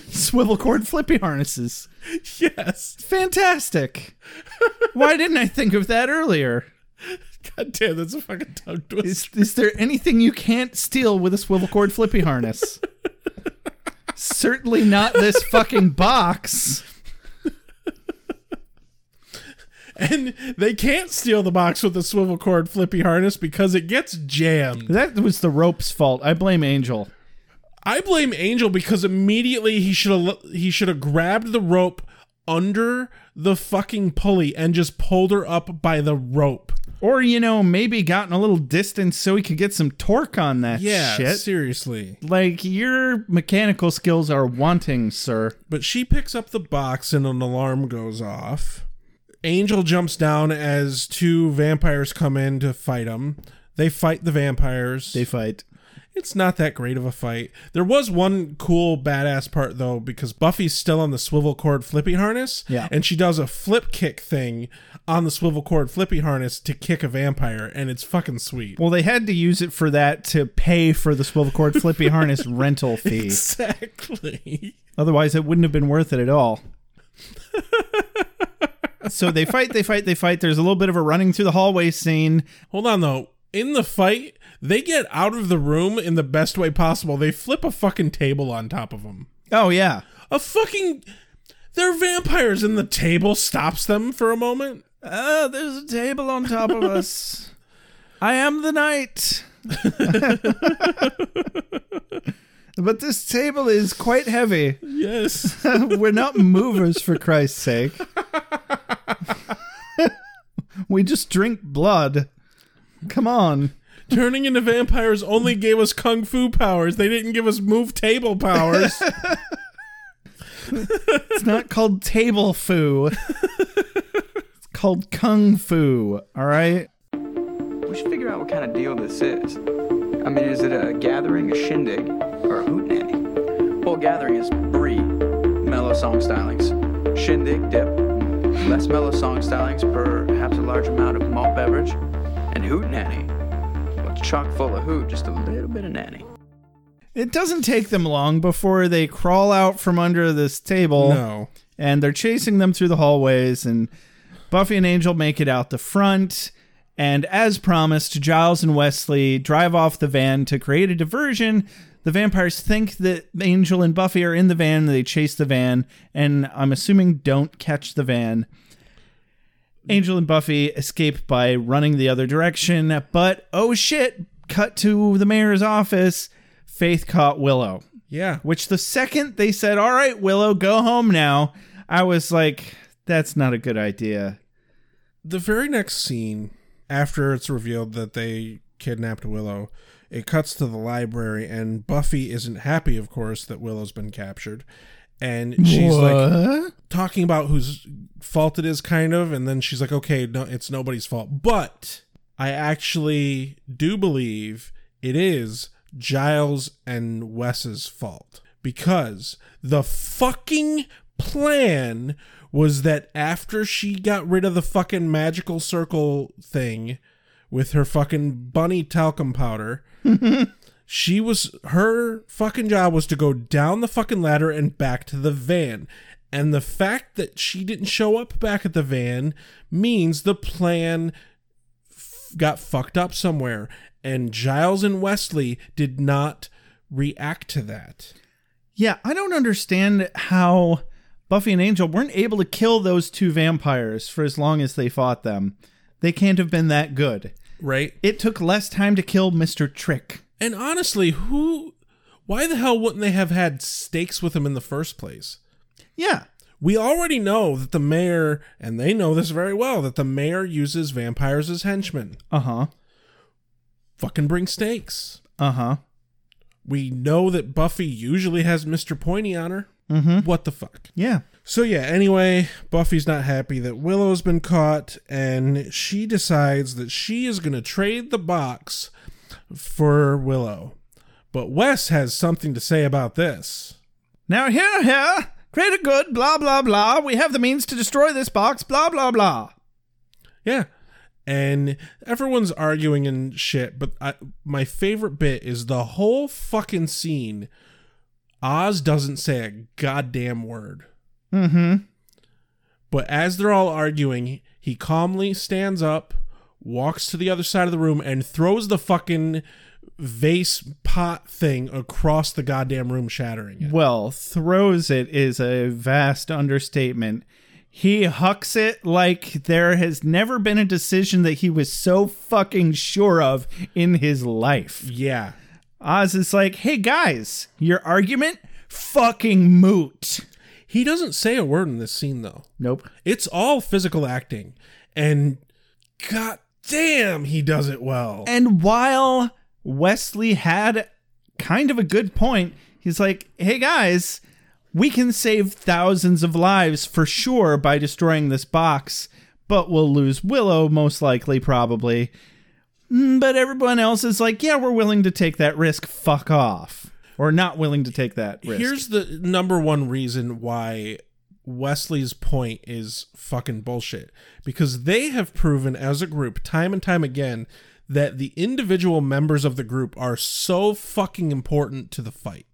s- swivel cord flippy harnesses.
Yes.
Fantastic. Why didn't I think of that earlier?
God damn, that's a fucking tongue twister.
Is, is there anything you can't steal with a swivel cord flippy harness? Certainly not this fucking box.
And they can't steal the box with the swivel cord flippy harness because it gets jammed.
That was the rope's fault. I blame Angel.
I blame Angel because immediately he should have he should have grabbed the rope under the fucking pulley and just pulled her up by the rope.
Or, you know, maybe gotten a little distance so he could get some torque on that
Yeah,
shit.
seriously.
like, your mechanical skills are wanting, sir.
But she picks up the box and an alarm goes off. Angel jumps down as two vampires come in to fight him. They fight the vampires.
They fight.
it's not that great of a fight. There was one cool badass part though because Buffy's still on the swivel cord flippy harness
Yeah.
and she does a flip kick thing on the swivel cord flippy harness to kick a vampire and it's fucking sweet.
Well, they had to use it for that to pay for the swivel cord flippy harness rental fee.
Exactly.
Otherwise, it wouldn't have been worth it at all. so they fight, they fight, they fight. There's a little bit of a running through the hallway scene.
Hold on though. In the fight, they get out of the room in the best way possible. They flip a fucking table on top of them.
Oh, yeah.
A fucking they're vampires and the table stops them for a moment.
Uh, there's a table on top of us. I am the knight. but this table is quite heavy.
Yes.
We're not movers, for Christ's sake. we just drink blood. Come on.
Turning into vampires only gave us kung fu powers. They didn't give us move table powers.
It's not called table foo. It's called kung fu, all right?
We should figure out what kind of deal this is. I mean, is it a gathering, a shindig, or a hootenanny? Well, gathering is brie, mellow song stylings. Shindig, dip, less mellow song stylings, perhaps a large amount of malt beverage. And hootenanny, well, chock full of hoot, just a little bit of nanny.
It doesn't take them long before they crawl out from under this table
no.
and they're chasing them through the hallways and Buffy and Angel make it out the front and as promised Giles and Wesley drive off the van to create a diversion. The vampires think that Angel and Buffy are in the van, they chase the van and I'm assuming don't catch the van. Angel and Buffy escape by running the other direction, but oh shit, cut to the mayor's office. Faith caught Willow
Yeah.
which the second they said, "All right, Willow, go home now," I was like, "That's not a good idea."
The very next scene, after it's revealed that they kidnapped Willow, it cuts to the library, and Buffy isn't happy, of course, that Willow's been captured. And she's like talking about whose fault it is, kind of. And then she's like, okay, no, it's nobody's fault. But I actually do believe it is Giles and Wes's fault because the fucking plan was that after she got rid of the fucking magical circle thing with her fucking bunny talcum powder, she was her fucking job was to go down the fucking ladder and back to the van. And the fact that she didn't show up back at the van means the plan f- got fucked up somewhere. And Giles and Wesley did not react to that.
Yeah, I don't understand how Buffy and Angel weren't able to kill those two vampires for as long as they fought them. They can't have been that good.
right?
It took less time to kill Mr. Trick.
And honestly, who? Why the hell wouldn't they have had stakes with him in the first place?
Yeah.
We already know that the mayor, and they know this very well, that the mayor uses vampires as henchmen.
Uh huh.
Fucking bring stakes.
Uh huh.
We know that Buffy usually has Mr. Pointy on her.
Hmm.
Mm-hmm. What the fuck?
Yeah.
So, yeah, anyway, Buffy's not happy that Willow's been caught, and she decides that she is going to trade the box for Willow. But Wes has something to say about this.
Now, here, here, create a good, blah, blah, blah. We have the means to destroy this box, blah, blah, blah.
Yeah. And everyone's arguing and shit, but I, my favorite bit is the whole fucking scene. Oz doesn't say a goddamn word.
Mm hmm.
But as they're all arguing, he calmly stands up, walks to the other side of the room, and throws the fucking vase pot thing across the goddamn room, shattering it.
Well, throws it is a vast understatement. He hucks it like there has never been a decision that he was so fucking sure of in his life.
Yeah.
Oz is like, hey guys, your argument? Fucking moot.
He doesn't say a word in this scene, though.
Nope.
It's all physical acting, and god damn, he does it well.
And while Wesley had kind of a good point, he's like, hey guys, we can save thousands of lives for sure by destroying this box, but we'll lose Willow, most likely, probably. Mm, But everyone else is like, yeah, we're willing to take that risk. Fuck off. Or not willing to take that risk.
Here's the number one reason why Wesley's point is fucking bullshit because they have proven as a group time and time again that the individual members of the group are so fucking important to the fight.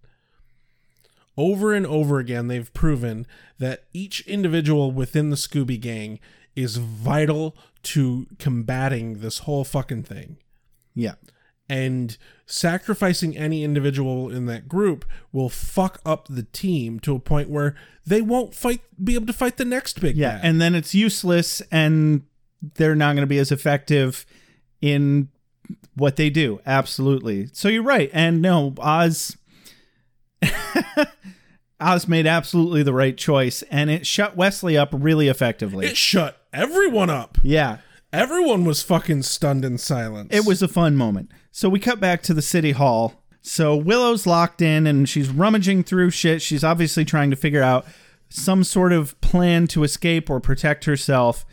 Over and over again, they've proven that each individual within the Scooby Gang is vital to combating this whole fucking thing
yeah.
and sacrificing any individual in that group will fuck up the team to a point where they won't fight be able to fight the next big
Yeah.
bad.
And then it's useless and they're not going to be as effective in what they do. Absolutely. So you're right. And no, Oz Oz made absolutely the right choice and it shut Wesley up really effectively.
it shut everyone up
yeah.
everyone was fucking stunned in silence
It was a fun moment. So we cut back to the city hall. So Willow's locked in and she's rummaging through shit. She's obviously trying to figure out some sort of plan to escape or protect herself.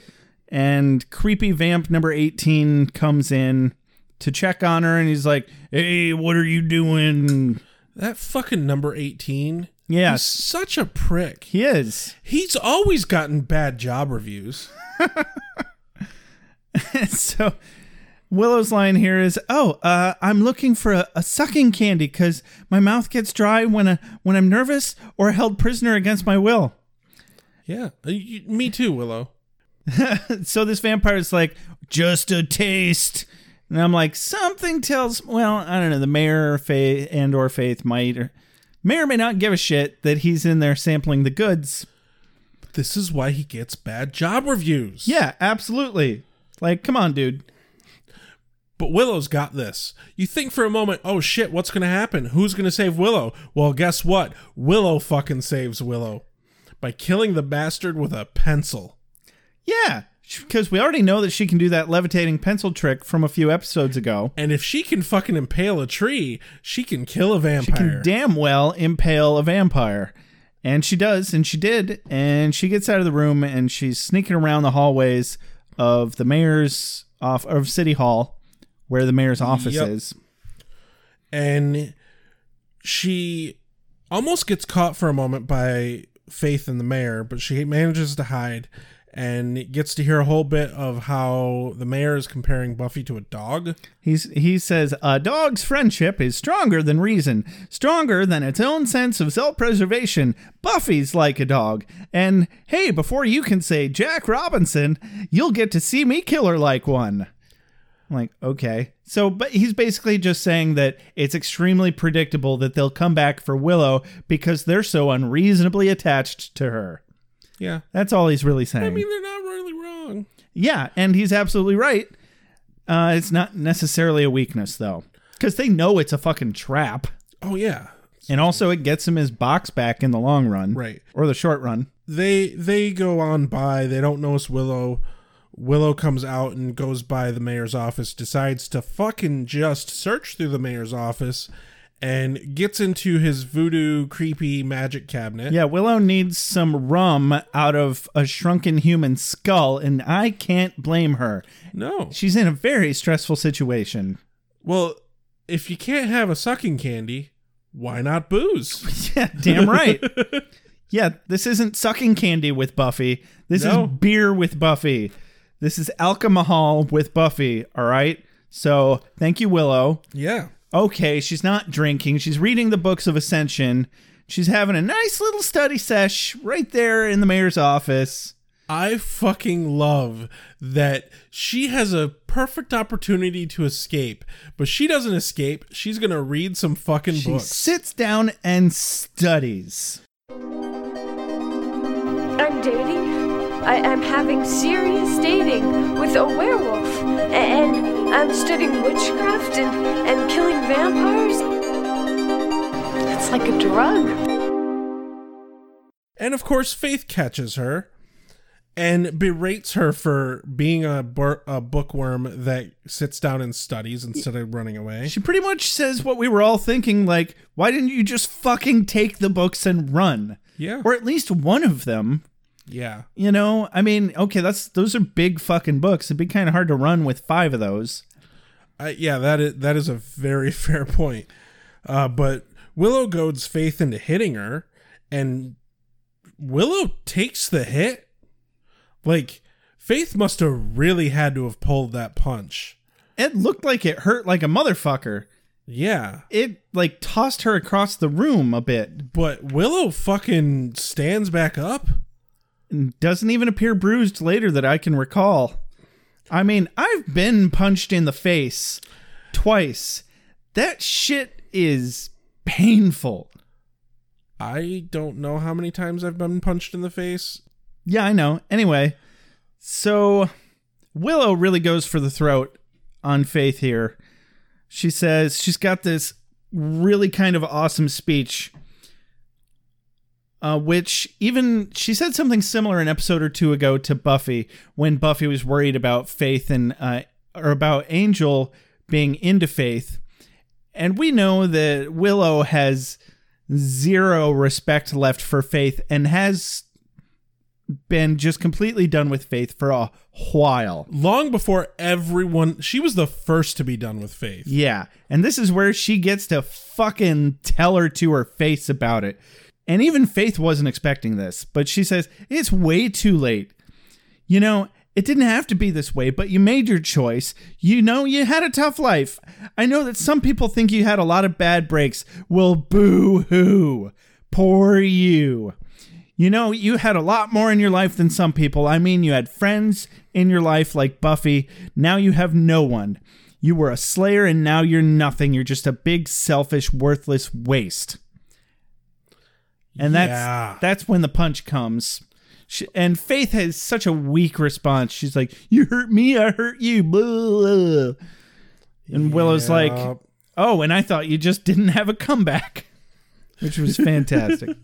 And creepy vamp number 18 comes in to check on her and he's like, Hey, what are you doing?
that fucking number 18
Yeah.
he's such a prick
He is.
he's always gotten bad job reviews
so Willow's line here is, "Oh, uh, I'm looking for a, a sucking candy because my mouth gets dry when I, when I'm nervous or held prisoner against my will."
yeah Uh, you- me too willow
So this vampire's like, "Just a taste," and I'm like, "Something tells." Well, I don't know. The mayor, Faith, and or Faith might or may or may not give a shit that he's in there sampling the goods.
this is why he gets bad job reviews
Yeah, absolutely. Like, come on, dude.
But Willow's got this. You think for a moment, oh shit, what's going to happen? Who's going to save Willow? Well, guess what? Willow fucking saves Willow by killing the bastard with a pencil.
Yeah, because we already know that she can do that levitating pencil trick from a few episodes ago.
And if she can fucking impale a tree, she can kill a vampire.
She can damn well impale a vampire. And she does, and she did, and she gets out of the room and she's sneaking around the hallways of the mayor's off of City Hall, where the mayor's office
Yep.
is.
and she almost gets caught for a moment by Faith and the mayor, but she manages to hide and gets to hear a whole bit of how the mayor is comparing Buffy to a dog.
He's, he says, A dog's friendship is stronger than reason, stronger than its own sense of self preservation. Buffy's like a dog. And hey, before you can say Jack Robinson, you'll get to see me kill her like one. I'm like, okay. So, but he's basically just saying that it's extremely predictable that they'll come back for Willow because they're so unreasonably attached to her.
Yeah.
That's all he's really saying.
I mean, they're not really wrong.
yeah, and he's absolutely right. Uh, it's not necessarily a weakness though, because they know it's a fucking trap,
Oh yeah.
and also it gets him his box back in the long run,
Right.
or the short run.
They they go on by. They don't notice Willow. Willow comes out and goes by the mayor's office, decides to fucking just search through the mayor's office and gets into his voodoo creepy magic cabinet.
Yeah, Willow needs some rum out of a shrunken human skull, and I can't blame her.
No.
She's in a very stressful situation.
Well, if you can't have a sucking candy, why not booze?
Yeah, damn right. yeah, this isn't sucking candy with Buffy. This
No.
is beer with Buffy. This is alcohol with Buffy, all right? So, thank you, Willow.
yeah.
Okay, she's not drinking. She's reading the books of Ascension. She's having a nice little study sesh right there in the mayor's office.
I fucking love that she has a perfect opportunity to escape, but she doesn't escape. She's going to read some fucking
She
books.
sits down and studies.
I'm dating. I, I'm having serious dating with a werewolf. A- And I'm studying witchcraft and, and killing vampires.
It's like a drug.
And of course, Faith catches her and berates her for being a, bur- a bookworm that sits down and studies instead of running away.
She pretty much says what we were all thinking like, why didn't you just fucking take the books and run?
Yeah.
Or at least one of them.
Yeah.
You know, I mean, okay, that's those are big fucking books. It'd be kind of hard to run with five of those.
I, yeah, that is that is a very fair point. Uh, but Willow goads Faith into hitting her, and Willow takes the hit. Like Faith must have really had to have pulled that punch.
It looked like it hurt like a motherfucker.
Yeah,
It like tossed her across the room a bit.
but Willow fucking stands back up.
and Doesn't even appear bruised later that I can recall. I mean, I've been punched in the face twice. That shit is painful.
I don't know how many times I've been punched in the face.
Yeah, I know. Anyway, so Willow really goes for the throat on Faith here. She says she's got this really kind of awesome speech, uh, which even she said something similar an episode or two ago to Buffy when Buffy was worried about Faith and uh, or about Angel being into Faith, and we know that Willow has zero respect left for Faith and has been just completely done with faith for a while.
Long before everyone, she was the first to be done with Faith.
Yeah. And this is where she gets to fucking tell her to her face about it. And even Faith wasn't expecting this, but she says, It's way too late. You know, it didn't have to be this way, but you made your choice. You know, you had a tough life. I know that some people think you had a lot of bad breaks. Well, boo hoo. Poor you. You know, you had a lot more in your life than some people. I mean, you had friends in your life like Buffy. Now you have no one. You were a slayer and now you're nothing. You're just a big, selfish, worthless waste. And that's
Yeah.
that's when the punch comes. She, and Faith has such a weak response. She's like, "You hurt me, I hurt you." Blah. And Willow's like,
Yep.
"Oh, and I thought you just didn't have a comeback." Which was fantastic.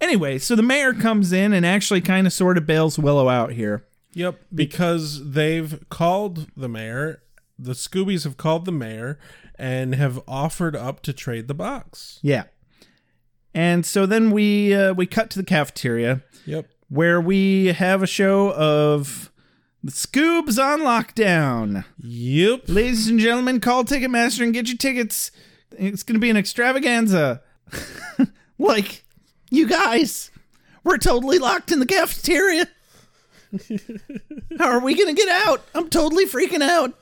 Anyway, so the mayor comes in and actually kind of sort of bails Willow out here.
Yep, because they've called the mayor. The Scoobies have called the mayor and have offered up to trade the box.
Yeah. And so then we uh, we cut to the cafeteria
Yep.
where we have a show of the Scoobs on lockdown.
Yep.
Ladies and gentlemen, call Ticketmaster and get your tickets. It's going to be an extravaganza. like, you guys, we're totally locked in the cafeteria. How are we going to get out? I'm totally freaking out.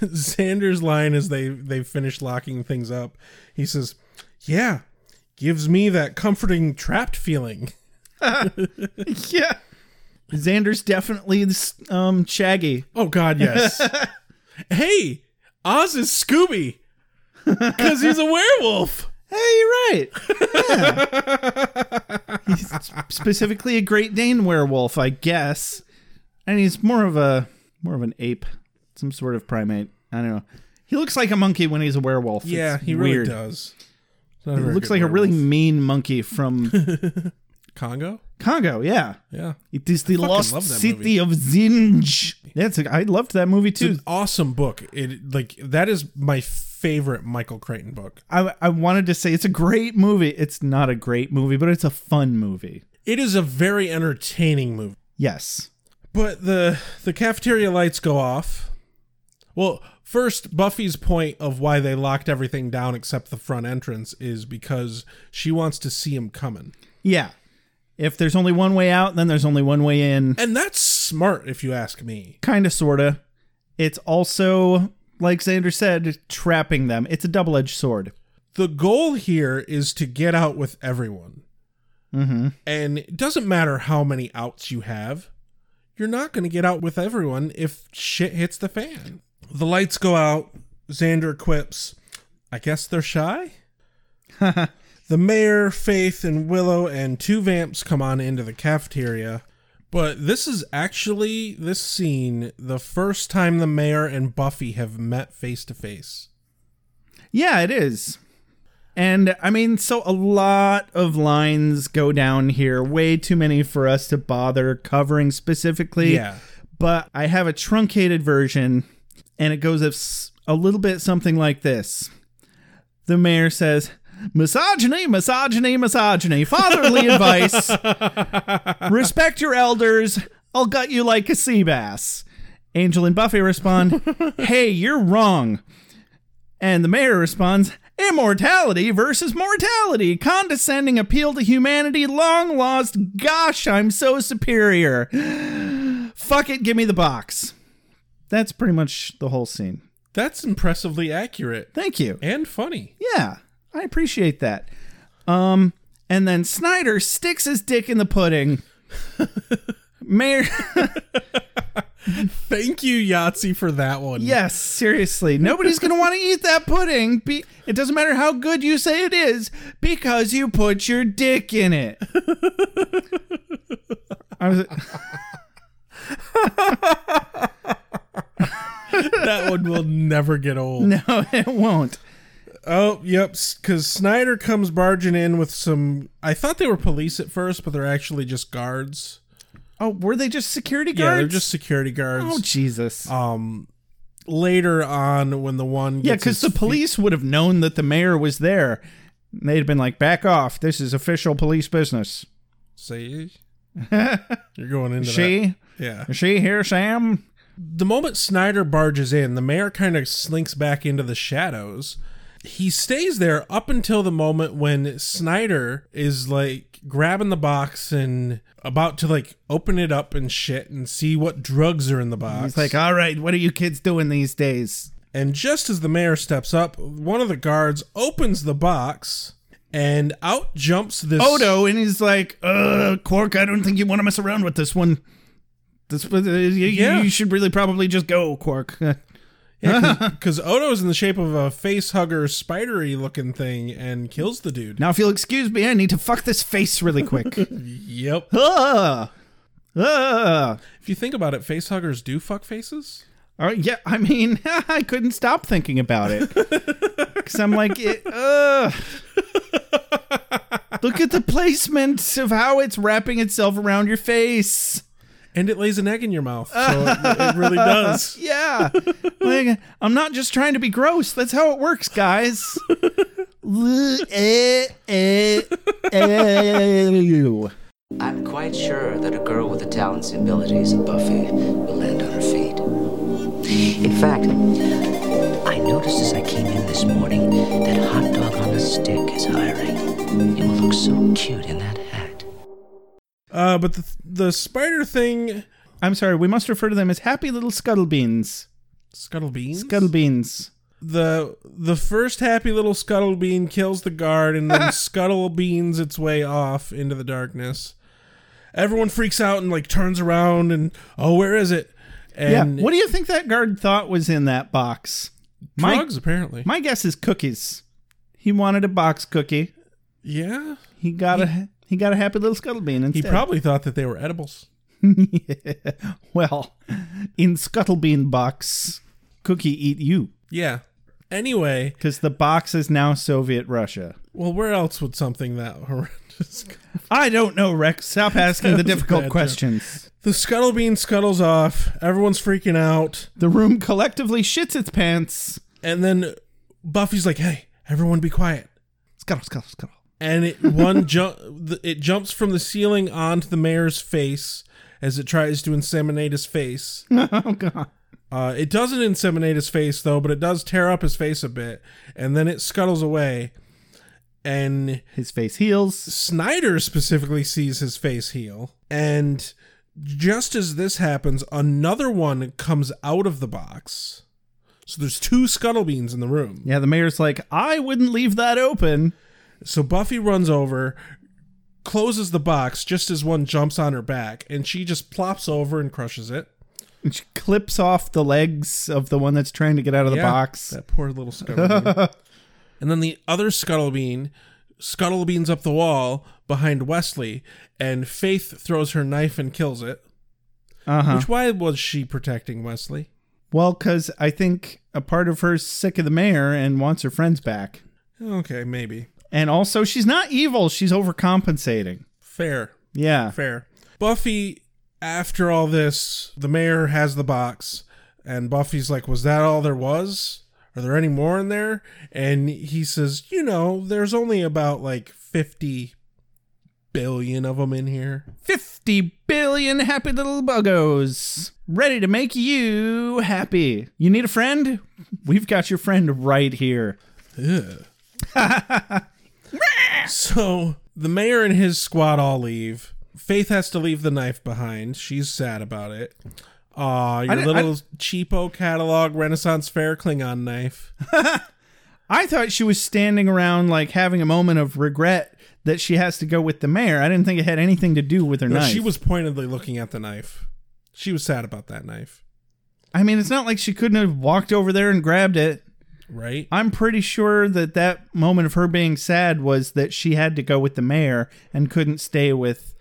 Xander's line as they they finish locking things up. He says, "Yeah, gives me that comforting trapped feeling."
Yeah. Xander's definitely this, um, Shaggy.
Oh God, yes. hey, Oz is Scooby because he's a werewolf.
you're right. Yeah. he's specifically a Great Dane werewolf, I guess, and he's more of a more of an ape, some sort of primate. I don't know. He looks like a monkey when he's a werewolf.
Yeah,
It's
he
weird.
really does. He
He looks like a really mean monkey from
Congo.
Congo. Yeah,
Yeah,
it is the
fucking
lost
love that
city
movie.
of Zinj. That's a, I loved that movie
it's
too.
an awesome book. It like that is my favorite Michael Crichton book.
I, I wanted to say it's a great movie. It's not a great movie, but it's a fun movie.
It is a very entertaining movie.
Yes.
But the the cafeteria lights go off. Well, first Buffy's point of why they locked everything down except the front entrance is because she wants to see him coming.
Yeah. If there's only one way out, then there's only one way in.
And that's smart if you ask me.
Kind of, sort of. It's also, like Xander said, trapping them. It's a double edged sword.
The goal here is to get out with everyone. Mm-hmm. And it doesn't matter how many outs you have, you're not going to get out with everyone if shit hits the fan. The lights go out. Xander quips, I guess they're shy? the mayor, Faith, and Willow and two vamps come on into the cafeteria. But this is actually, this scene, the first time the mayor and Buffy have met face to face.
Yeah, it is. And I mean, so a lot of lines go down here. Way too many for us to bother covering specifically.
Yeah.
But I have a truncated version, and it goes as- a little bit something like this The mayor says, Misogyny, misogyny, misogyny. Fatherly advice. Respect your elders. I'll gut you like a sea bass. Angel and Buffy respond, Hey, you're wrong. And the mayor responds, Immortality versus mortality, condescending appeal to humanity, long lost. Gosh, I'm so superior. Fuck it, give me the box. That's pretty much the whole scene.
That's impressively accurate.
Thank you.
and funny.
Yeah, I appreciate that. Um, and then Snyder sticks his dick in the pudding. mayor,
Thank you, Yahtzee, for that one.
yes, seriously, nobody's gonna want to eat that pudding. Be- it doesn't matter how good you say it is because you put your dick in it. I was.
that one will never get old.
No, it won't.
Oh, yep. Because Snyder comes barging in with some. I thought they were police at first, but they're actually just guards.
Oh, were they just security guards?
Yeah, they're just security guards.
Oh Jesus!
Later on, when the one
yeah,
gets
because the
his feet-
police would have known that the mayor was there. And They'd have been like, "Back off! This is official police business."
See? you're going into that.
She,
Yeah.
is she here, Sam?
The moment Snyder barges in, the mayor kind of slinks back into the shadows. He stays there up until the moment when Snyder is like grabbing the box and about to like open it up and shit and see what drugs are in the box.
He's like, "Ah." "All right, what are you kids doing these days?"
and just as the mayor steps up, one of the guards opens the box and out jumps this
Odo, and he's like, "Uh, Quark, I don't think you want to mess around with this one. This, uh, you,
Yeah.
you should really probably just go, Quark."
because Odo's in the shape of a face hugger, spidery looking thing, and kills the dude.
now, if you'll excuse me, I need to fuck this face really quick.
Yep.
Ah, ah.
If you think about it, facehuggers do fuck faces.
All right, Uh, yeah, I mean, I couldn't stop thinking about it because I'm like, it, ugh. look at the placement of how it's wrapping itself around your face.
And it lays an egg in your mouth. So it, it really does.
Yeah, like I'm not just trying to be gross. That's how it works, guys. L- eh, eh, eh.
I'm quite sure that a girl with the talents and abilities of Buffy will land on her feet. In fact, I noticed as I came in this morning that Hot Dog on a Stick is hiring. You will look so cute in that hat.
Uh, but the, the spider thing.
I'm sorry, we must refer to them as happy little scuttle beans.
Scuttle beans?
Scuttle beans.
the the first happy little scuttle bean kills the guard and then scuttle beans its way off into the darkness. Everyone freaks out and like turns around and oh where is it? And
yeah. What do you think that guard thought was in that box? My-
drugs apparently.
My guess is cookies. He wanted a box cookie.
Yeah.
He got a he got a happy little scuttle bean
He
instead.
probably thought that they were edibles.
well, in scuttle bean box, cookie eat you
Yeah. Anyway,
because the box is now Soviet Russia.
well, where else would something that horrendous?
I don't know, Rex. Stop asking the
That was a
difficult
bad
questions.
The scuttle bean scuttles off. Everyone's freaking out.
The room collectively shits its pants.
And then Buffy's like, "Hey, everyone, be quiet."
Scuttle, scuttle, scuttle.
and it one jump it jumps from the ceiling onto the mayor's face as it tries to inseminate his face.
oh god.
Uh, it doesn't inseminate his face though, but it does tear up his face a bit, and then it scuttles away. And
His face heals.
Snyder specifically sees his face heal, and just as this happens, another one comes out of the box. So there's two scuttle beans in the room.
Yeah, the mayor's like, I wouldn't leave that open.
So Buffy runs over, closes the box just as one jumps on her back, and she just plops over and crushes it.
And She clips off the legs of the one that's trying to get out of the
Yeah,
box.
That poor little scuttlebean. and then the other scuttlebean scuttlebeans up the wall behind Wesley, and Faith throws her knife and kills it.
Uh huh.
Which why was she protecting Wesley?
Well, because I think a part of her's sick of the mayor and wants her friends back.
Okay, maybe.
And also, she's not evil. She's overcompensating.
Fair.
Yeah.
Fair. Buffy, after all this, the mayor has the box, and Buffy's like, Was that all there was? Are there any more in there? And he says, You know, there's only about like 50 billion of them in here.
50 billion happy little buggos ready to make you happy. You need a friend? We've got your friend right here.
Ugh. so the mayor and his squad all leave. Faith has to leave the knife behind. She's sad about it. Aw, your
didn't- I-
little cheapo catalog Renaissance Fair Klingon knife.
I thought she was standing around like having a moment of regret that she has to go with the mayor. I didn't think it had anything to do with her
No,
knife.
She was pointedly looking at the knife. She was sad about that knife,
I mean, it's not like she couldn't have walked over there and grabbed it.
right?
I'm pretty sure that that moment of her being sad was that she had to go with the mayor and couldn't stay with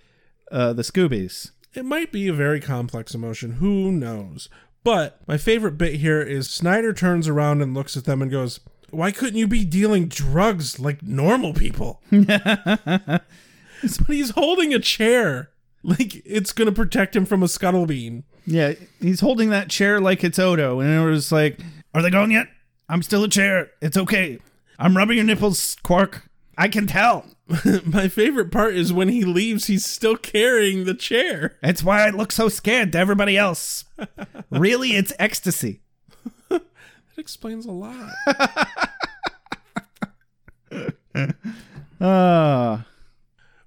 uh, the Scoobies.
It might be a very complex emotion. Who knows? But my favorite bit here is Snyder turns around and looks at them and goes, Why couldn't you be dealing drugs like normal people? but he's holding a chair. Like it's going to protect him from a scuttlebean.
Yeah, he's holding that chair like it's Odo, and it was like, "Are they gone yet? I'm still a chair. It's okay. I'm rubbing your nipples, Quark. I can tell.
my favorite part is when he leaves, he's still carrying the chair.
It's why I look so scared to everybody else. really, it's ecstasy.
That explains a lot.
Uh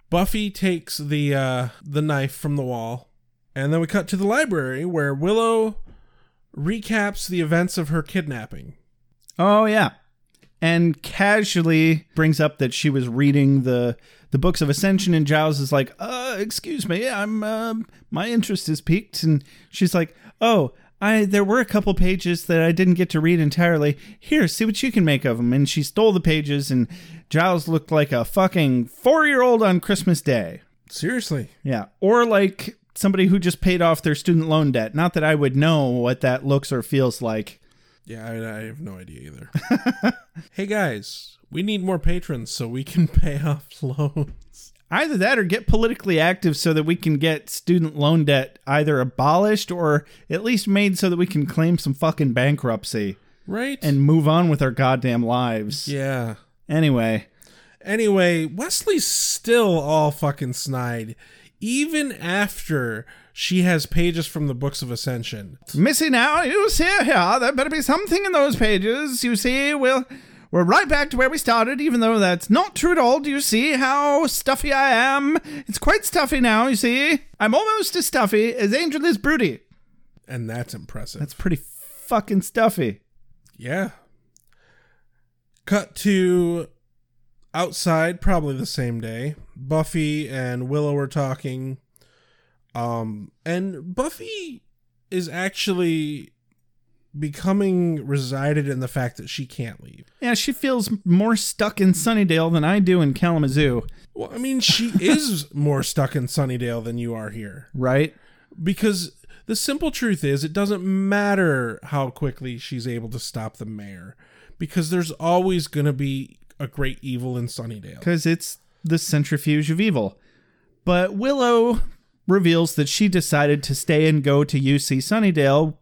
Buffy takes the uh, the knife from the wall, and then we cut to the library where Willow recaps the events of her kidnapping.
oh yeah." And casually brings up that she was reading the the books of Ascension, and Giles is like, "Uh, excuse me, I'm um my interest is piqued." And she's like, "Oh, I there were a couple pages that I didn't get to read entirely. Here, see what you can make of them." And she stole the pages, and Giles looked like a fucking four year old on Christmas Day.
Seriously,
Yeah. Or like somebody who just paid off their student loan debt. Not that I would know what that looks or feels like.
yeah, I, I have no idea either. hey guys, we need more patrons so we can pay off loans.
Either that or get politically active so that we can get student loan debt either abolished or at least made so that we can claim some fucking bankruptcy
Right?
and move on with our goddamn lives.
yeah.
Anyway,
Anyway, Wesley's still all fucking snide, even after she has pages from the books of Ascension.
missing out, you see here, there better be something in those pages. You see, we'll. We're right back to where we started, even though that's not true at all. Do you see how stuffy I am? It's quite stuffy now, you see? I'm almost as stuffy as Angel is broody.
And that's impressive.
That's pretty fucking stuffy.
Yeah. Cut to outside, probably the same day. Buffy and Willow are talking. Um, and Buffy is actually becoming resided in the fact that she can't leave.
Yeah, she feels more stuck in Sunnydale than I do in Kalamazoo,
Well, I mean, she is more stuck in Sunnydale than you are here.
right?
Because the simple truth is, it doesn't matter how quickly she's able to stop the mayor, because there's always going to be a great evil in Sunnydale.
Because it's the centrifuge of evil. But Willow reveals that she decided to stay and go to UC Sunnydale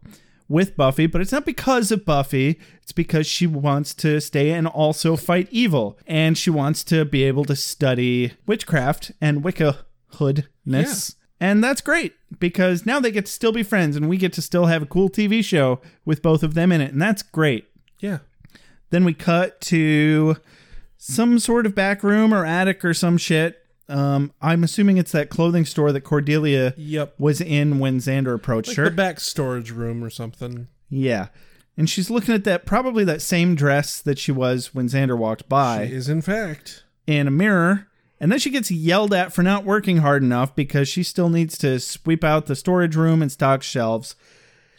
with Buffy, but it's not because of Buffy. It's because she wants to stay and also fight evil. And she wants to be able to study witchcraft and Wiccahoodness. And that's great because now they get to still be friends and we get to still have a cool TV show with both of them in it. And that's great.
Yeah.
Then we cut to some sort of back room or attic or some shit. Um, I'm assuming it's that clothing store that Cordelia
Yep.
was in when Xander approached
Like
her.
the back storage room or something.
yeah. And she's looking at that, probably that same dress that she was when Xander walked by
Is in fact.
in a mirror. And then she gets yelled at for not working hard enough because she still needs to sweep out the storage room and stock shelves.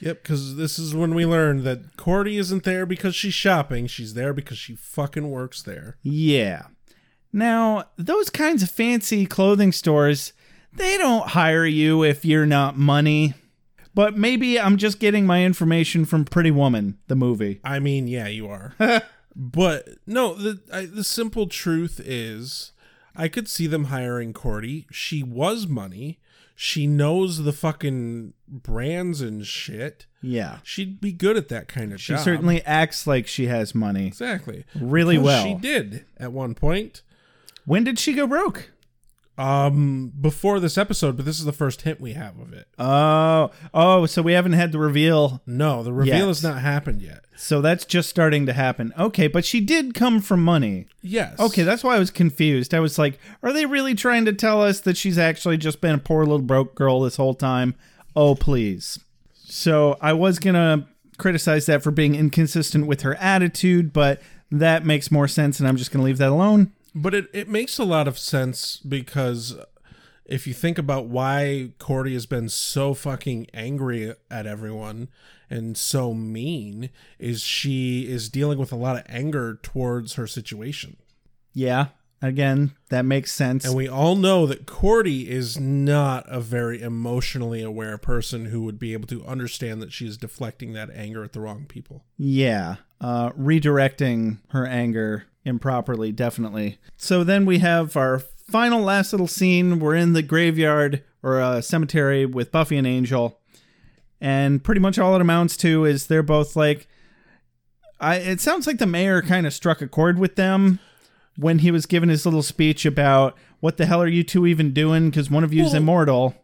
Yep, because this is when we learn that Cordy isn't there because she's shopping. She's there because she fucking works there.
Yeah. Now, those kinds of fancy clothing stores, they don't hire you if you're not money. But maybe I'm just getting my information from Pretty Woman, the movie.
I mean, yeah, you are. but no, the I, the simple truth is, I could see them hiring Cordy. She was money. She knows the fucking brands and shit.
Yeah.
She'd be good at that kind of
She
job.
certainly acts like she has money.
exactly
Really
Because
well.
She did at one point.
When did she go broke?
Um, before this episode, but this is the first hint we have of it.
Oh, oh, so we haven't had the reveal.
No, the reveal
Yes.
has not happened yet.
So that's just starting to happen. Okay, but she did come from money.
Yes.
Okay, that's why I was confused. I was like, are they really trying to tell us that she's actually just been a poor little broke girl this whole time? Oh, please. So I was going to criticize that for being inconsistent with her attitude, but that makes more sense, and I'm just going to leave that alone.
But it, it makes a lot of sense because if you think about why Cordy has been so fucking angry at everyone and so mean, is she is dealing with a lot of anger towards her situation.
Yeah, again, that makes sense.
And we all know that Cordy is not a very emotionally aware person who would be able to understand that she is deflecting that anger at the wrong people.
Yeah. Uh, redirecting her anger improperly, definitely. So then we have our final last little scene. We're in the graveyard or a cemetery with Buffy and Angel. And pretty much all it amounts to is they're both like, I, it sounds like the mayor kind of struck a chord with them when he was giving his little speech about what the hell are you two even doing? Because one of you's
Well-
immortal.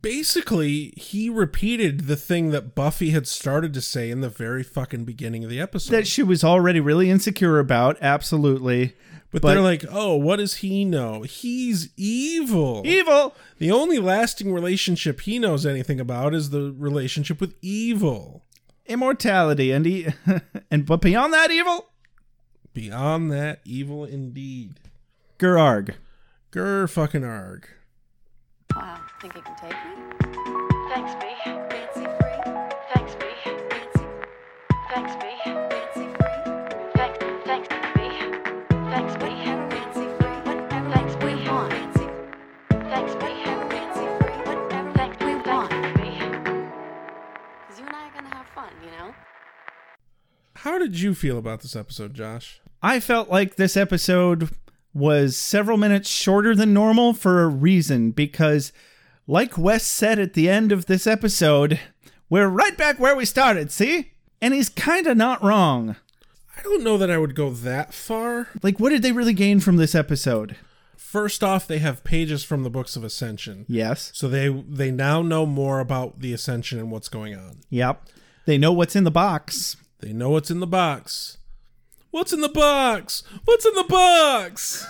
Basically, he repeated the thing that Buffy had started to say in the very fucking beginning of the episode.
That she was already really insecure about. Absolutely.
But,
But-
they're like, oh, what does he know? He's evil.
Evil.
the only lasting relationship he knows anything about is the relationship with evil.
immortality and e- and but beyond that evil
Beyond that, evil indeed.
gerarg
Grr fucking arg.
Wow, think you can take me?
Thanks, B.
Fancy free,
Thanks, B.
fancy,
Thanks, B.
fancy free,
Thanks, thanks, B. Thanks, B.
whatever fancy free, whatever
Thanks,
we
B.
want. Fancy,
Thanks, B.
whatever fancy free, whatever
Thanks,
we want.
thanks, B.
Cause you and I are gonna have fun, you know?
How did you feel about this episode, Josh?
i felt like this episode was several minutes shorter than normal for a reason because like wes said at the end of this episode we're right back where we started see and he's kinda not wrong
I don't know that I would go that far.
like what did they really gain from this episode
First off, they have pages from the books of Ascension.
yes
So they they now know more about the Ascension and what's going on.
yep they know what's in the box
They know what's in the box. What's in the box? What's in the box?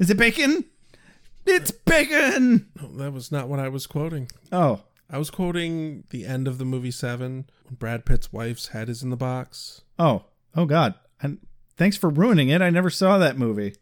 is it bacon it's bacon
That was not what I was quoting.
oh
I was quoting the end of the movie Seven when Brad Pitt's wife's head is in the box.
Oh, oh God! And thanks for ruining it. I never saw that movie.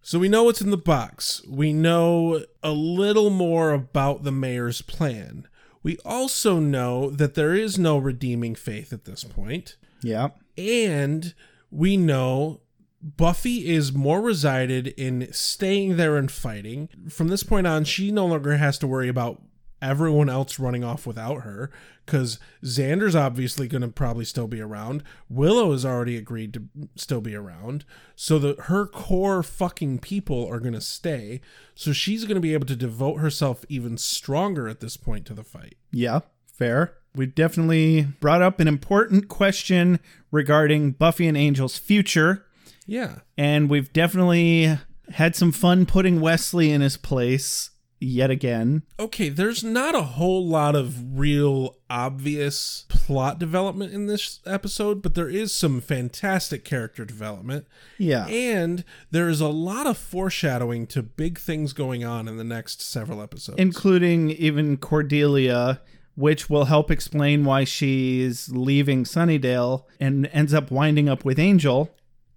So we know what's in the box. We know a little more about the mayor's plan. We also know that there is no redeeming faith at this point.
Yeah.
And we know Buffy is more resided in staying there and fighting. From this point on, she no longer has to worry about everyone else running off without her because Xander's obviously going to probably still be around. Willow has already agreed to still be around. So the, her core fucking people are going to stay. So she's going to be able to devote herself even stronger at this point to the fight.
Yeah. Fair. We definitely brought up an important question regarding Buffy and Angel's future.
Yeah.
And we've definitely had some fun putting Wesley in his place yet again.
okay, there's not a whole lot of real obvious plot development in this episode, but there is some fantastic character development.
Yeah.
And there is a lot of foreshadowing to big things going on in the next several episodes.
including even Cordelia, which will help explain why she's leaving Sunnydale and ends up winding up with Angel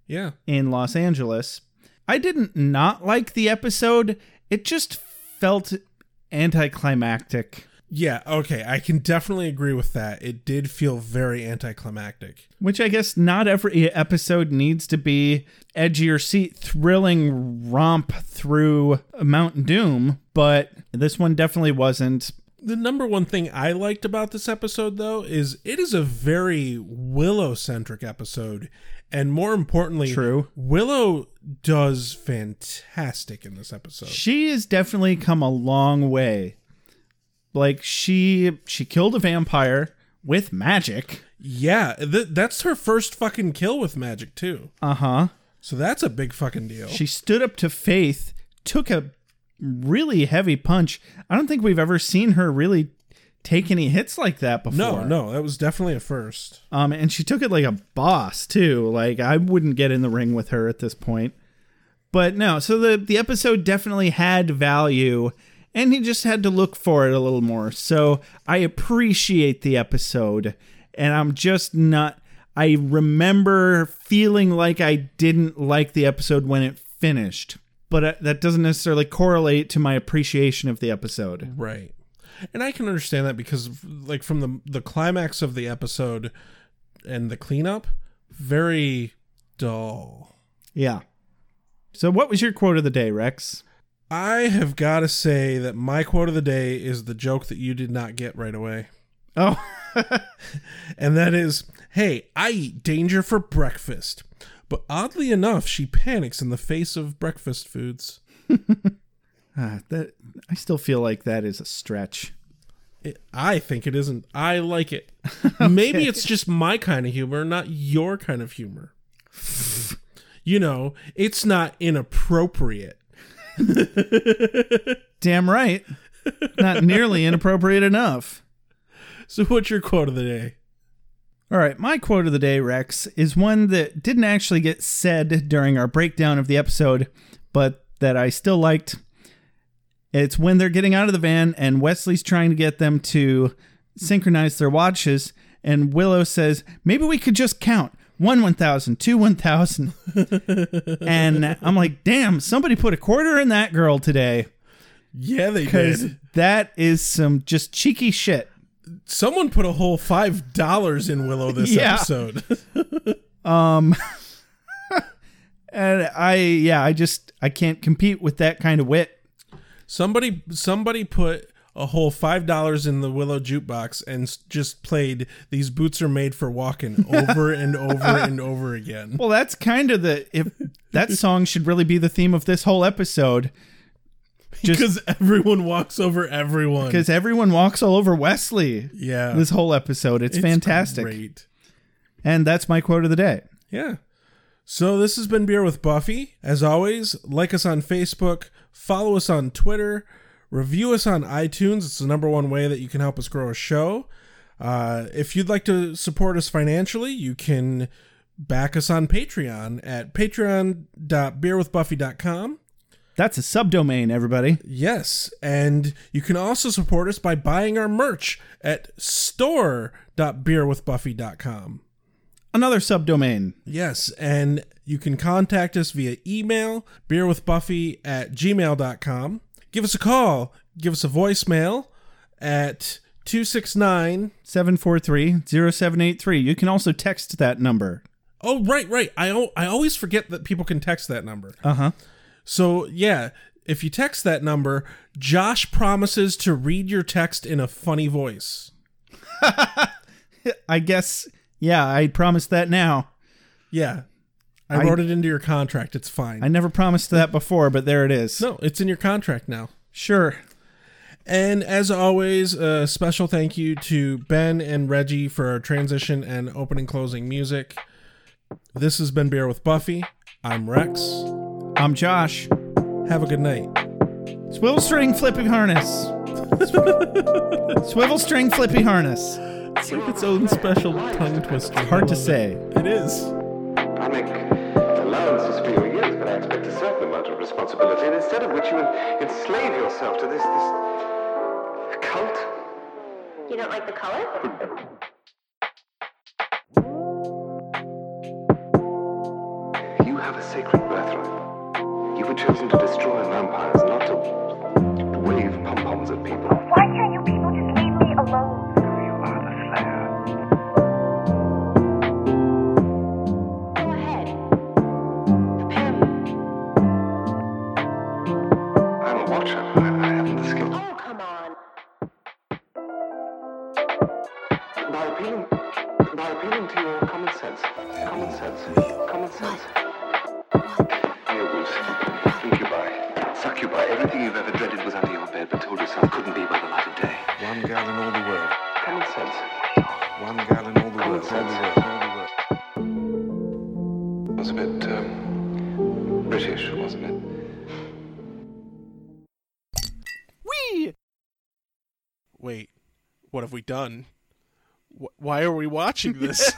yeah.
in Los Angeles. I didn't not like the episode, it just felt anticlimactic,
Yeah, okay, I can definitely agree with that. It did feel very anticlimactic.
which I guess not every episode needs to be edgy or seat thrilling romp through Mount Doom, but this one definitely wasn't.
The number one thing I liked about this episode, though, is it is a very Willow centric episode. And more importantly,
True.
Willow does fantastic in this episode.
she has definitely come a long way like she she killed a vampire with magic
yeah, th- that's her first fucking kill with magic, too.
uh-huh
So that's a big fucking deal.
she stood up to faith took a really heavy punch i don't think we've ever seen her really take any hits like that before
no, no, that was definitely a first.
um and she took it like a boss too like i wouldn't get in the ring with her at this point but no so the the episode definitely had value and he just had to look for it a little more so i appreciate the episode and i'm just not i remember feeling like i didn't like the episode when it finished but uh, that doesn't necessarily correlate to my appreciation of the episode
Right. And I can understand that because like from the the climax of the episode and the cleanup, very dull.
yeah so what was your quote of the day rex
I have got to say that my quote of the day is the joke that you did not get right away.
oh
And that is, hey, I eat danger for breakfast. But oddly enough, she panics in the face of breakfast foods.
Ah, that I still feel like that is a stretch.
It, I think it isn't. I like it. Maybe it's just my kind of humor, not your kind of humor. you know, it's not inappropriate.
Damn right. Not nearly inappropriate enough.
So, what's your quote of the day?
All right, my quote of the day, Rex, is one that didn't actually get said during our breakdown of the episode, but that I still liked. It's when they're getting out of the van and Wesley's trying to get them to synchronize their watches, and Willow says, Maybe we could just count one 1,000, two 1,000. and I'm like, Damn, somebody put a quarter in that girl today.
Yeah, they
Because
did.
that is some just cheeky shit.
Someone put a whole $5 in Willow this
Yeah.
episode.
And I, yeah, I just, I can't compete with that kind of wit.
Somebody somebody put a whole five dollars in the Willow jukebox and s- just played "These Boots Are Made for Walking" over and over and over again.
Well, that's kind of the, if that song should really be the theme of this whole episode. Just
Because everyone walks over everyone.
because everyone walks all over Wesley
yeah,
this whole episode. It's, fantastic.
great.
And that's my quote of the day.
Yeah. So this has been Beer with Buffy. As always, like us on Facebook, follow us on Twitter, review us on iTunes. It's the number one way that you can help us grow a show. Uh, if you'd like to support us financially, you can back us on Patreon at patreon.beerwithbuffy.com.
That's a subdomain, everybody.
Yes, and you can also support us by buying our merch at store.beerwithbuffy.com.
Another subdomain.
Yes, and you can contact us via email, beerwithbuffy at gmail.com. Give us a call, give us a voicemail at 269.
743 0783. You can also text that number.
Oh, right, right. I, al- I always forget that people can text that number.
Uh huh.
So, yeah, if you text that number, Josh promises to read your text in a funny voice.
I guess, yeah, I promised that now.
Yeah. I,
I-
wrote it into your contract. It's fine.
I never promised that before, but there it is.
no, it's in your contract now.
Sure.
And as always, a special thank you to Ben and Reggie for our transition and opening closing music. This has been Beer with Buffy. I'm Rex.
I'm Josh.
Have a good night.
Swivel string flipping harness. Swivel string flippy harness.
It's like its own special tongue twister.
Hard to say.
It is.
I make allowances for your years, but I expect a certain amount of responsibility, and instead of which you en- enslave yourself to this this cult.
You don't like the color?
You have a sacred birthright. You were chosen to destroy vampires, not to wave pom poms at people.
Why can't you people just leave me alone?
You are the Slayer.
Go ahead.
I'm a watcher. I, I haven't the skill.
Oh, come on.
By appealing, by appealing to your common sense, common sense, common sense. Neobus, incubi, succubi, everything you've ever dreaded was under your bed but told yourself couldn't be by the light of day.
One girl in all the world.
Common sense,
One girl in all the
common
world. All the
sense.
world. All the
It
world.
was a bit, um, British, wasn't it?
Wait, what have we done? Wh- Why are we watching this?